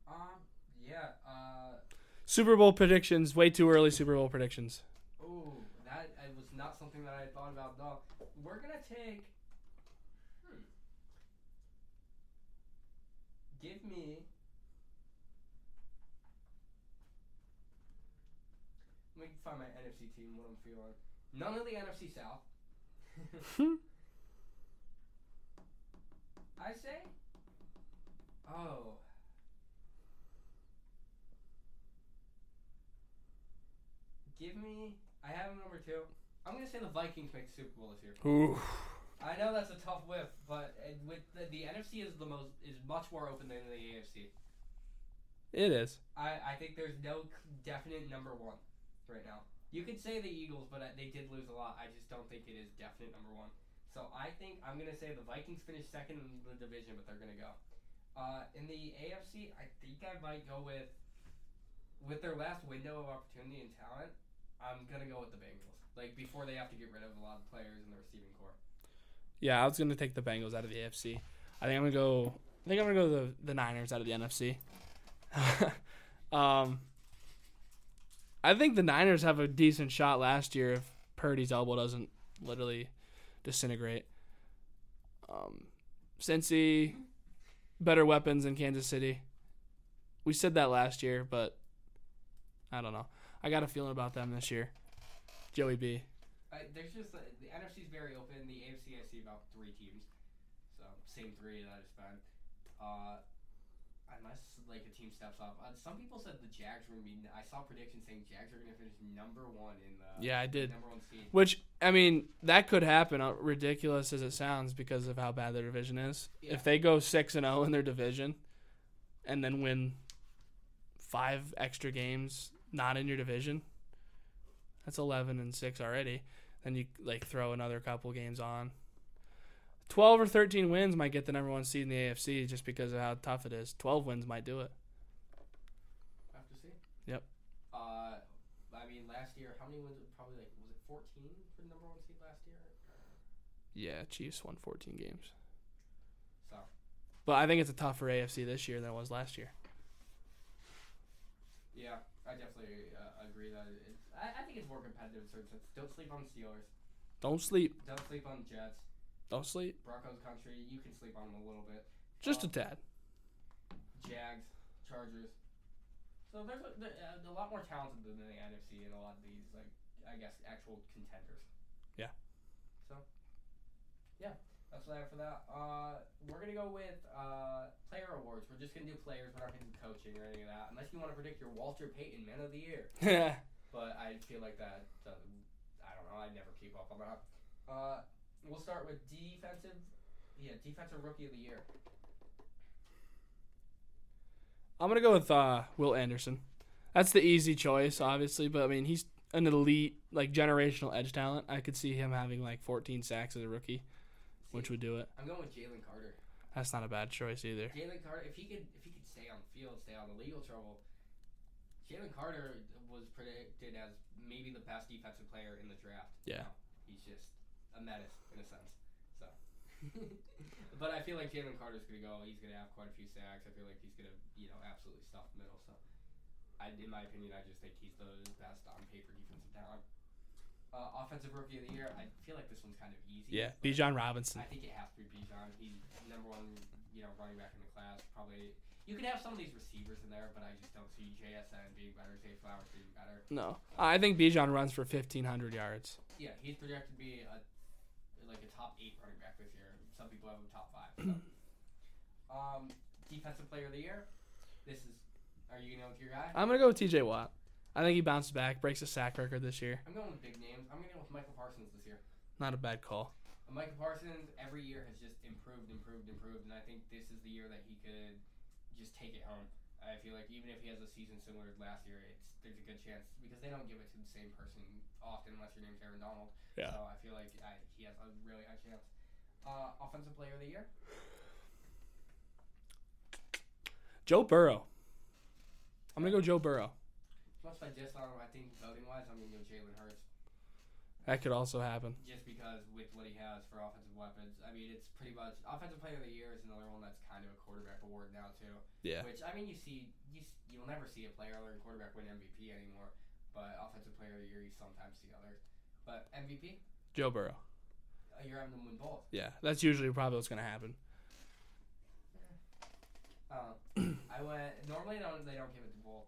[SPEAKER 1] Um, yeah. Uh,
[SPEAKER 2] Super Bowl predictions. Way too early. Super Bowl predictions.
[SPEAKER 1] oh, that uh, was not something that I had thought about at all. We're gonna take. Hmm. Give me. Let me find my NFC team. What I'm feeling. None of the NFC South. I say. Oh. Give me. I have him number two. I'm gonna say the Vikings make the Super Bowl this year.
[SPEAKER 2] Ooh.
[SPEAKER 1] I know that's a tough whiff, but uh, with the, the NFC is the most is much more open than the AFC.
[SPEAKER 2] It is.
[SPEAKER 1] I, I think there's no c- definite number one right now. You could say the Eagles, but uh, they did lose a lot. I just don't think it is definite number one. So I think I'm gonna say the Vikings finish second in the division, but they're gonna go. Uh, in the AFC, I think I might go with with their last window of opportunity and talent. I'm gonna go with the Bengals, like before they have to get rid of a lot of players in the receiving core.
[SPEAKER 2] Yeah, I was gonna take the Bengals out of the AFC. I think I'm gonna go. I think I'm gonna go the the Niners out of the NFC. um, I think the Niners have a decent shot last year if Purdy's elbow doesn't literally disintegrate. Um, Cincy, better weapons in Kansas City. We said that last year, but I don't know. I got a feeling about them this year. Joey B.
[SPEAKER 1] Uh, there's just uh, the NFC's very open. The AFC I see about three teams, so same three that I just found. Uh, unless like a team steps up. Uh, some people said the Jags were gonna be. I saw predictions saying Jags are gonna finish number one in the
[SPEAKER 2] Yeah, I did.
[SPEAKER 1] number one seed.
[SPEAKER 2] Which I mean, that could happen. uh, Ridiculous as it sounds, because of how bad their division is.
[SPEAKER 1] Yeah.
[SPEAKER 2] If they go six and zero in their division, and then win five extra games not in your division, that's eleven and six already. Then you like throw another couple games on. Twelve or thirteen wins might get the number one seed in the AFC just because of how tough it is. Twelve wins might do it.
[SPEAKER 1] Have to see.
[SPEAKER 2] Yep.
[SPEAKER 1] Uh, I mean, last year, how many wins? Probably like was it 14 for the number one seed last year?
[SPEAKER 2] Yeah, Chiefs won fourteen games,
[SPEAKER 1] So
[SPEAKER 2] but I think it's a tougher AFC this year than it was last year.
[SPEAKER 1] yeah, I definitely uh, agree that it's. I, I think it's more competitive in certain sense. Don't sleep on Steelers.
[SPEAKER 2] Don't sleep.
[SPEAKER 1] Don't sleep on Jets.
[SPEAKER 2] Don't sleep.
[SPEAKER 1] Broncos country. You can sleep on them a little bit.
[SPEAKER 2] Just a tad.
[SPEAKER 1] Jags, Chargers. So there's a, there, uh, a lot more talented than the NFC and a lot of these like I guess actual contenders.
[SPEAKER 2] Yeah.
[SPEAKER 1] So. Yeah, that's what I have for that. Uh, we're gonna go with uh, player awards. We're just gonna do players. We're not gonna do coaching or any of that, unless you want to predict your Walter Payton Man of the Year.
[SPEAKER 2] Yeah.
[SPEAKER 1] But I feel like that. that I don't know. I never keep up on that. Uh, we'll start with defensive. Yeah, defensive rookie of the year.
[SPEAKER 2] I'm gonna go with uh, Will Anderson. That's the easy choice, obviously, but I mean he's an elite, like generational edge talent. I could see him having like 14 sacks as a rookie, which would do it.
[SPEAKER 1] I'm going with Jalen Carter.
[SPEAKER 2] That's not a bad choice either.
[SPEAKER 1] Jalen Carter, if he could, if he could stay on the field, stay out of legal trouble. Jalen Carter was predicted as maybe the best defensive player in the draft.
[SPEAKER 2] Yeah.
[SPEAKER 1] Now, he's just a menace in a sense. So, but I feel like Jalen Carter's gonna go. He's gonna have quite a few sacks. I feel like he's gonna, you know, absolutely stuff the middle. So, I, in my opinion, I just think he's the best on paper defensive talent. Uh, offensive rookie of the year. I feel like this one's kind of easy.
[SPEAKER 2] Yeah,
[SPEAKER 1] but-
[SPEAKER 2] Bijan Robinson.
[SPEAKER 1] I think it has to be Bijan. He's number one, you know, running back in the class. Probably you could have some of these receivers in there, but I just don't see JSN being better, Zay Flowers being better.
[SPEAKER 2] No, I think Bijan runs for 1,500 yards.
[SPEAKER 1] Yeah, he's projected to be a like a top eight running back this year. Some people have him top five. So. um, defensive player of the year. This is. Are you gonna go with your guy?
[SPEAKER 2] I'm gonna go with T.J. Watt. I think he bounces back, breaks a sack record this year.
[SPEAKER 1] I'm going with big names. I'm gonna go with Michael Parsons this year.
[SPEAKER 2] Not a bad call.
[SPEAKER 1] Michael Parsons every year has just improved, improved, improved, and I think this is the year that he could just take it home. I feel like even if he has a season similar to last year, it's there's a good chance because they don't give it to the same person often unless your name's Aaron Donald.
[SPEAKER 2] Yeah.
[SPEAKER 1] So I feel like I, he has a really high chance. uh, offensive player of the year?
[SPEAKER 2] Joe Burrow. I'm gonna go Joe Burrow.
[SPEAKER 1] Much I dishonor, I think voting wise, I'm gonna go Jalen Hurts.
[SPEAKER 2] That could also happen.
[SPEAKER 1] just because with what he has for offensive weapons. I mean, it's pretty much offensive player of the year is another one that's kind of a quarterback award now too.
[SPEAKER 2] Yeah.
[SPEAKER 1] Which I mean, you see, you s- you'll never see a player other than quarterback win MVP anymore. But offensive player of the year, you sometimes see others. But MVP,
[SPEAKER 2] Joe Burrow.
[SPEAKER 1] uh, you're having them win both.
[SPEAKER 2] Yeah. That's usually probably what's gonna happen.
[SPEAKER 1] Um, I went normally they don't they don't give it to both.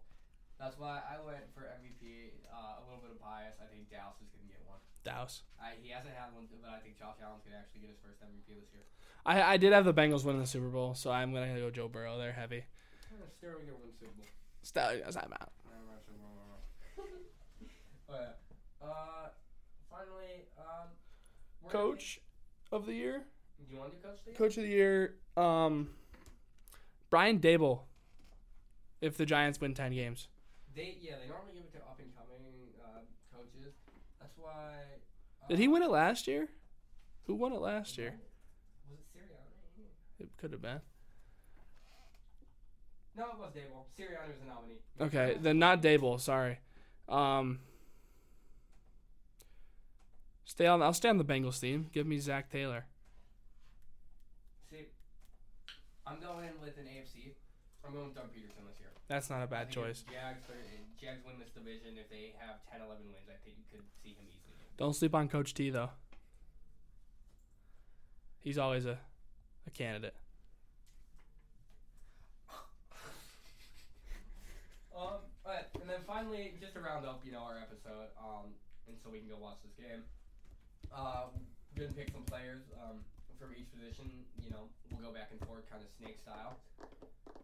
[SPEAKER 1] That's why I went for MVP. Uh, a little bit of bias. I think Dallas is gonna get one.
[SPEAKER 2] Douse.
[SPEAKER 1] I, he hasn't had one, but I think Josh Allen's gonna actually get his first MVP this year.
[SPEAKER 2] I, I did have the Bengals winning the Super Bowl, so I'm gonna go Joe Burrow. They're heavy.
[SPEAKER 1] Uh, Sterling will win Super Bowl.
[SPEAKER 2] Stallions, I'm out.
[SPEAKER 1] I'm not sure where we're at. but Oh, uh, finally, um, we're gonna
[SPEAKER 2] Coach of the year.
[SPEAKER 1] Be, do you want to do coach? Steve?
[SPEAKER 2] Coach of the year. Um, Brian Dable. If the Giants win ten games,
[SPEAKER 1] They yeah, they normally give it to up and coming uh, coaches. That's why. Uh,
[SPEAKER 2] did he win it last year? Who won it last year?
[SPEAKER 1] Was it Sirianni?
[SPEAKER 2] It could have been.
[SPEAKER 1] No, it was Dable. Sirianni was the nominee.
[SPEAKER 2] Okay, then not Dable. Sorry. Um, stay on. I'll stay on the Bengals theme. Give me Zach Taylor.
[SPEAKER 1] See, I'm going with an AFC. I'm going with Doug Peterson this year.
[SPEAKER 2] That's not a
[SPEAKER 1] I
[SPEAKER 2] bad
[SPEAKER 1] think
[SPEAKER 2] choice.
[SPEAKER 1] if Jags, are- Jags win this division. If they have 10, 11 wins, I think you could see him easily.
[SPEAKER 2] Don't sleep on Coach T though. He's always a, a candidate.
[SPEAKER 1] Um, but and then finally, just to round up, you know, our episode, um, and so we can go watch this game. Uh, we're gonna pick some players, um, from each position. You know, we'll go back and forth, kind of snake style.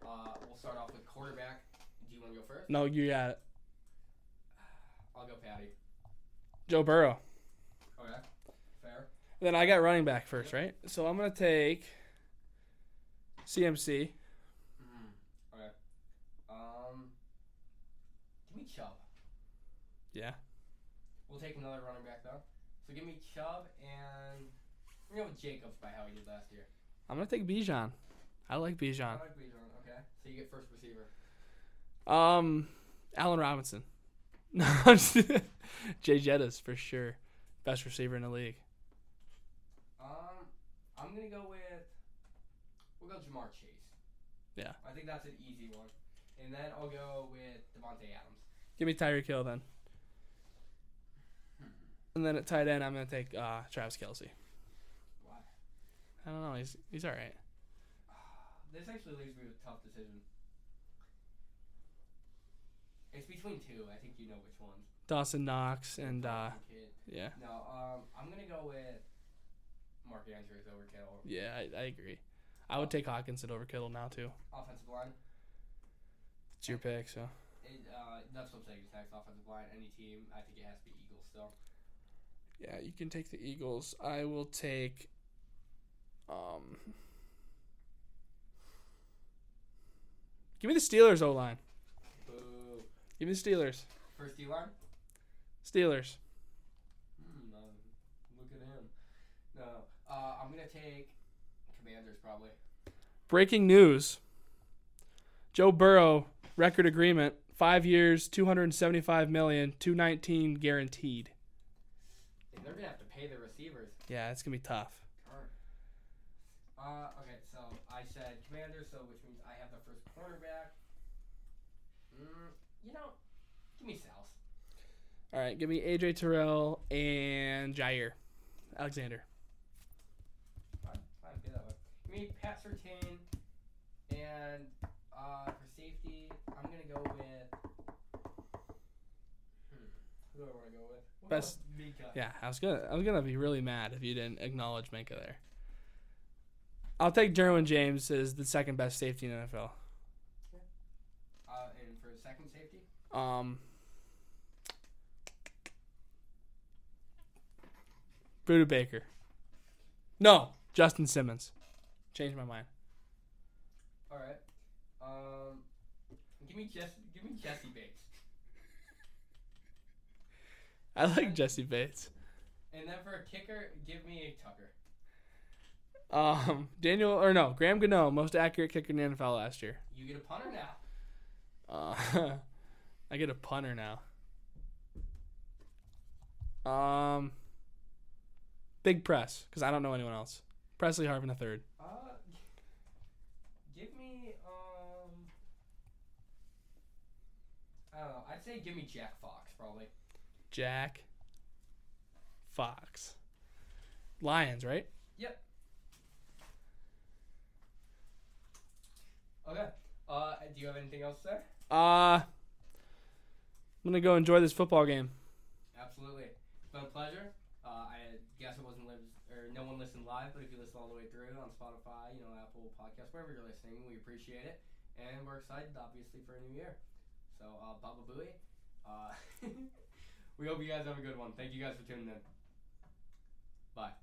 [SPEAKER 1] Uh, we'll start off with quarterback. Do you want to go first?
[SPEAKER 2] No, you got it.
[SPEAKER 1] I'll go Patty.
[SPEAKER 2] Joe Burrow.
[SPEAKER 1] Okay, fair.
[SPEAKER 2] Then I got running back first, right? So I'm gonna take CMC.
[SPEAKER 1] Mm-hmm. Okay. Um, give me Chubb.
[SPEAKER 2] Yeah.
[SPEAKER 1] We'll take another running back though. So give me Chubb and we're gonna go with Jacobs by how he did last year.
[SPEAKER 2] I'm gonna take Bijan. I like
[SPEAKER 1] I
[SPEAKER 2] Bijan.
[SPEAKER 1] like Bijan. Okay, so you get first receiver.
[SPEAKER 2] Um, Allen Robinson. No, I'm just- Jay Jettas for sure, best receiver in the league.
[SPEAKER 1] Um, I'm gonna go with we'll go Jamar Chase.
[SPEAKER 2] Yeah.
[SPEAKER 1] I think that's an easy one, and then I'll go with Devonte Adams.
[SPEAKER 2] Give me Tyreek Hill then. And then at tight end, I'm gonna take uh, Travis Kelsey.
[SPEAKER 1] Why?
[SPEAKER 2] I don't know. He's he's all right.
[SPEAKER 1] This actually leaves me with a tough decision. It's between two. I think you know which ones.
[SPEAKER 2] Dawson Knox and uh,
[SPEAKER 1] Thompson, Kidd.
[SPEAKER 2] yeah,
[SPEAKER 1] No, um, I'm gonna go with Mark Andrews over Kittle.
[SPEAKER 2] yeah, I, I agree. I would take Hawkinson over Kittle now too.
[SPEAKER 1] Offensive line.
[SPEAKER 2] It's your pick, so
[SPEAKER 1] It, uh, that's what I'm saying. It's next offensive line. Any team, I think it has to be Eagles still.
[SPEAKER 2] yeah, you can take the Eagles. I will take. Um, give me the Steelers O line.
[SPEAKER 1] Boo.
[SPEAKER 2] Give me the Steelers.
[SPEAKER 1] First D line.
[SPEAKER 2] Steelers.
[SPEAKER 1] Hmm, um, look at him. No, uh, I'm gonna take Commanders probably.
[SPEAKER 2] Breaking news. Joe Burrow record agreement. Five years, two hundred and seventy-five million, two nineteen guaranteed.
[SPEAKER 1] And they're gonna have to pay the receivers.
[SPEAKER 2] Yeah, it's gonna be tough.
[SPEAKER 1] Darn. Uh, okay, so I said Commanders, so which means I have the first cornerback. Mm, you know, give me South.
[SPEAKER 2] All right, give me AJ Terrell and Jair Alexander.
[SPEAKER 1] Fine, fine, do that one. Give me Pat Sertain, and uh, for safety, I'm gonna go with. Hmm, who do I want to go with? We'll go
[SPEAKER 2] Best-
[SPEAKER 1] with Mika.
[SPEAKER 2] Yeah, I was gonna I was gonna be really mad if you didn't acknowledge Minka there. I'll take Derwin James as the second best safety in the
[SPEAKER 1] Uh, and for second safety.
[SPEAKER 2] NFL. Um, Buda Baker. No, Justin Simmons. Changed my mind.
[SPEAKER 1] All right. Um, give me Jess. Give me Jesse Bates.
[SPEAKER 2] I like Jesse Bates.
[SPEAKER 1] And then for a kicker, give me Tucker.
[SPEAKER 2] Um, Daniel or no, Graham Gano, most accurate kicker in the NFL last year.
[SPEAKER 1] You get a punter now.
[SPEAKER 2] Uh, I get a punter now. Um, big press because I don't know anyone else. Presley Harvin a third.
[SPEAKER 1] Uh, give me um. I don't know. I'd say give me Jack Fox probably.
[SPEAKER 2] Jack Fox. Lions, right?
[SPEAKER 1] Yep. Okay. Uh, do you have anything else to say?
[SPEAKER 2] Uh, I'm gonna go enjoy this football game.
[SPEAKER 1] Absolutely. It's been a pleasure. Uh, I guess it wasn't live or no one listened live, but if you listen all the way through on Spotify, you know, Apple Podcasts, wherever you're listening, we appreciate it, and we're excited, obviously, for a new year. So, uh, Baba Booey. Uh, we hope you guys have a good one. Thank you guys for tuning in. Bye.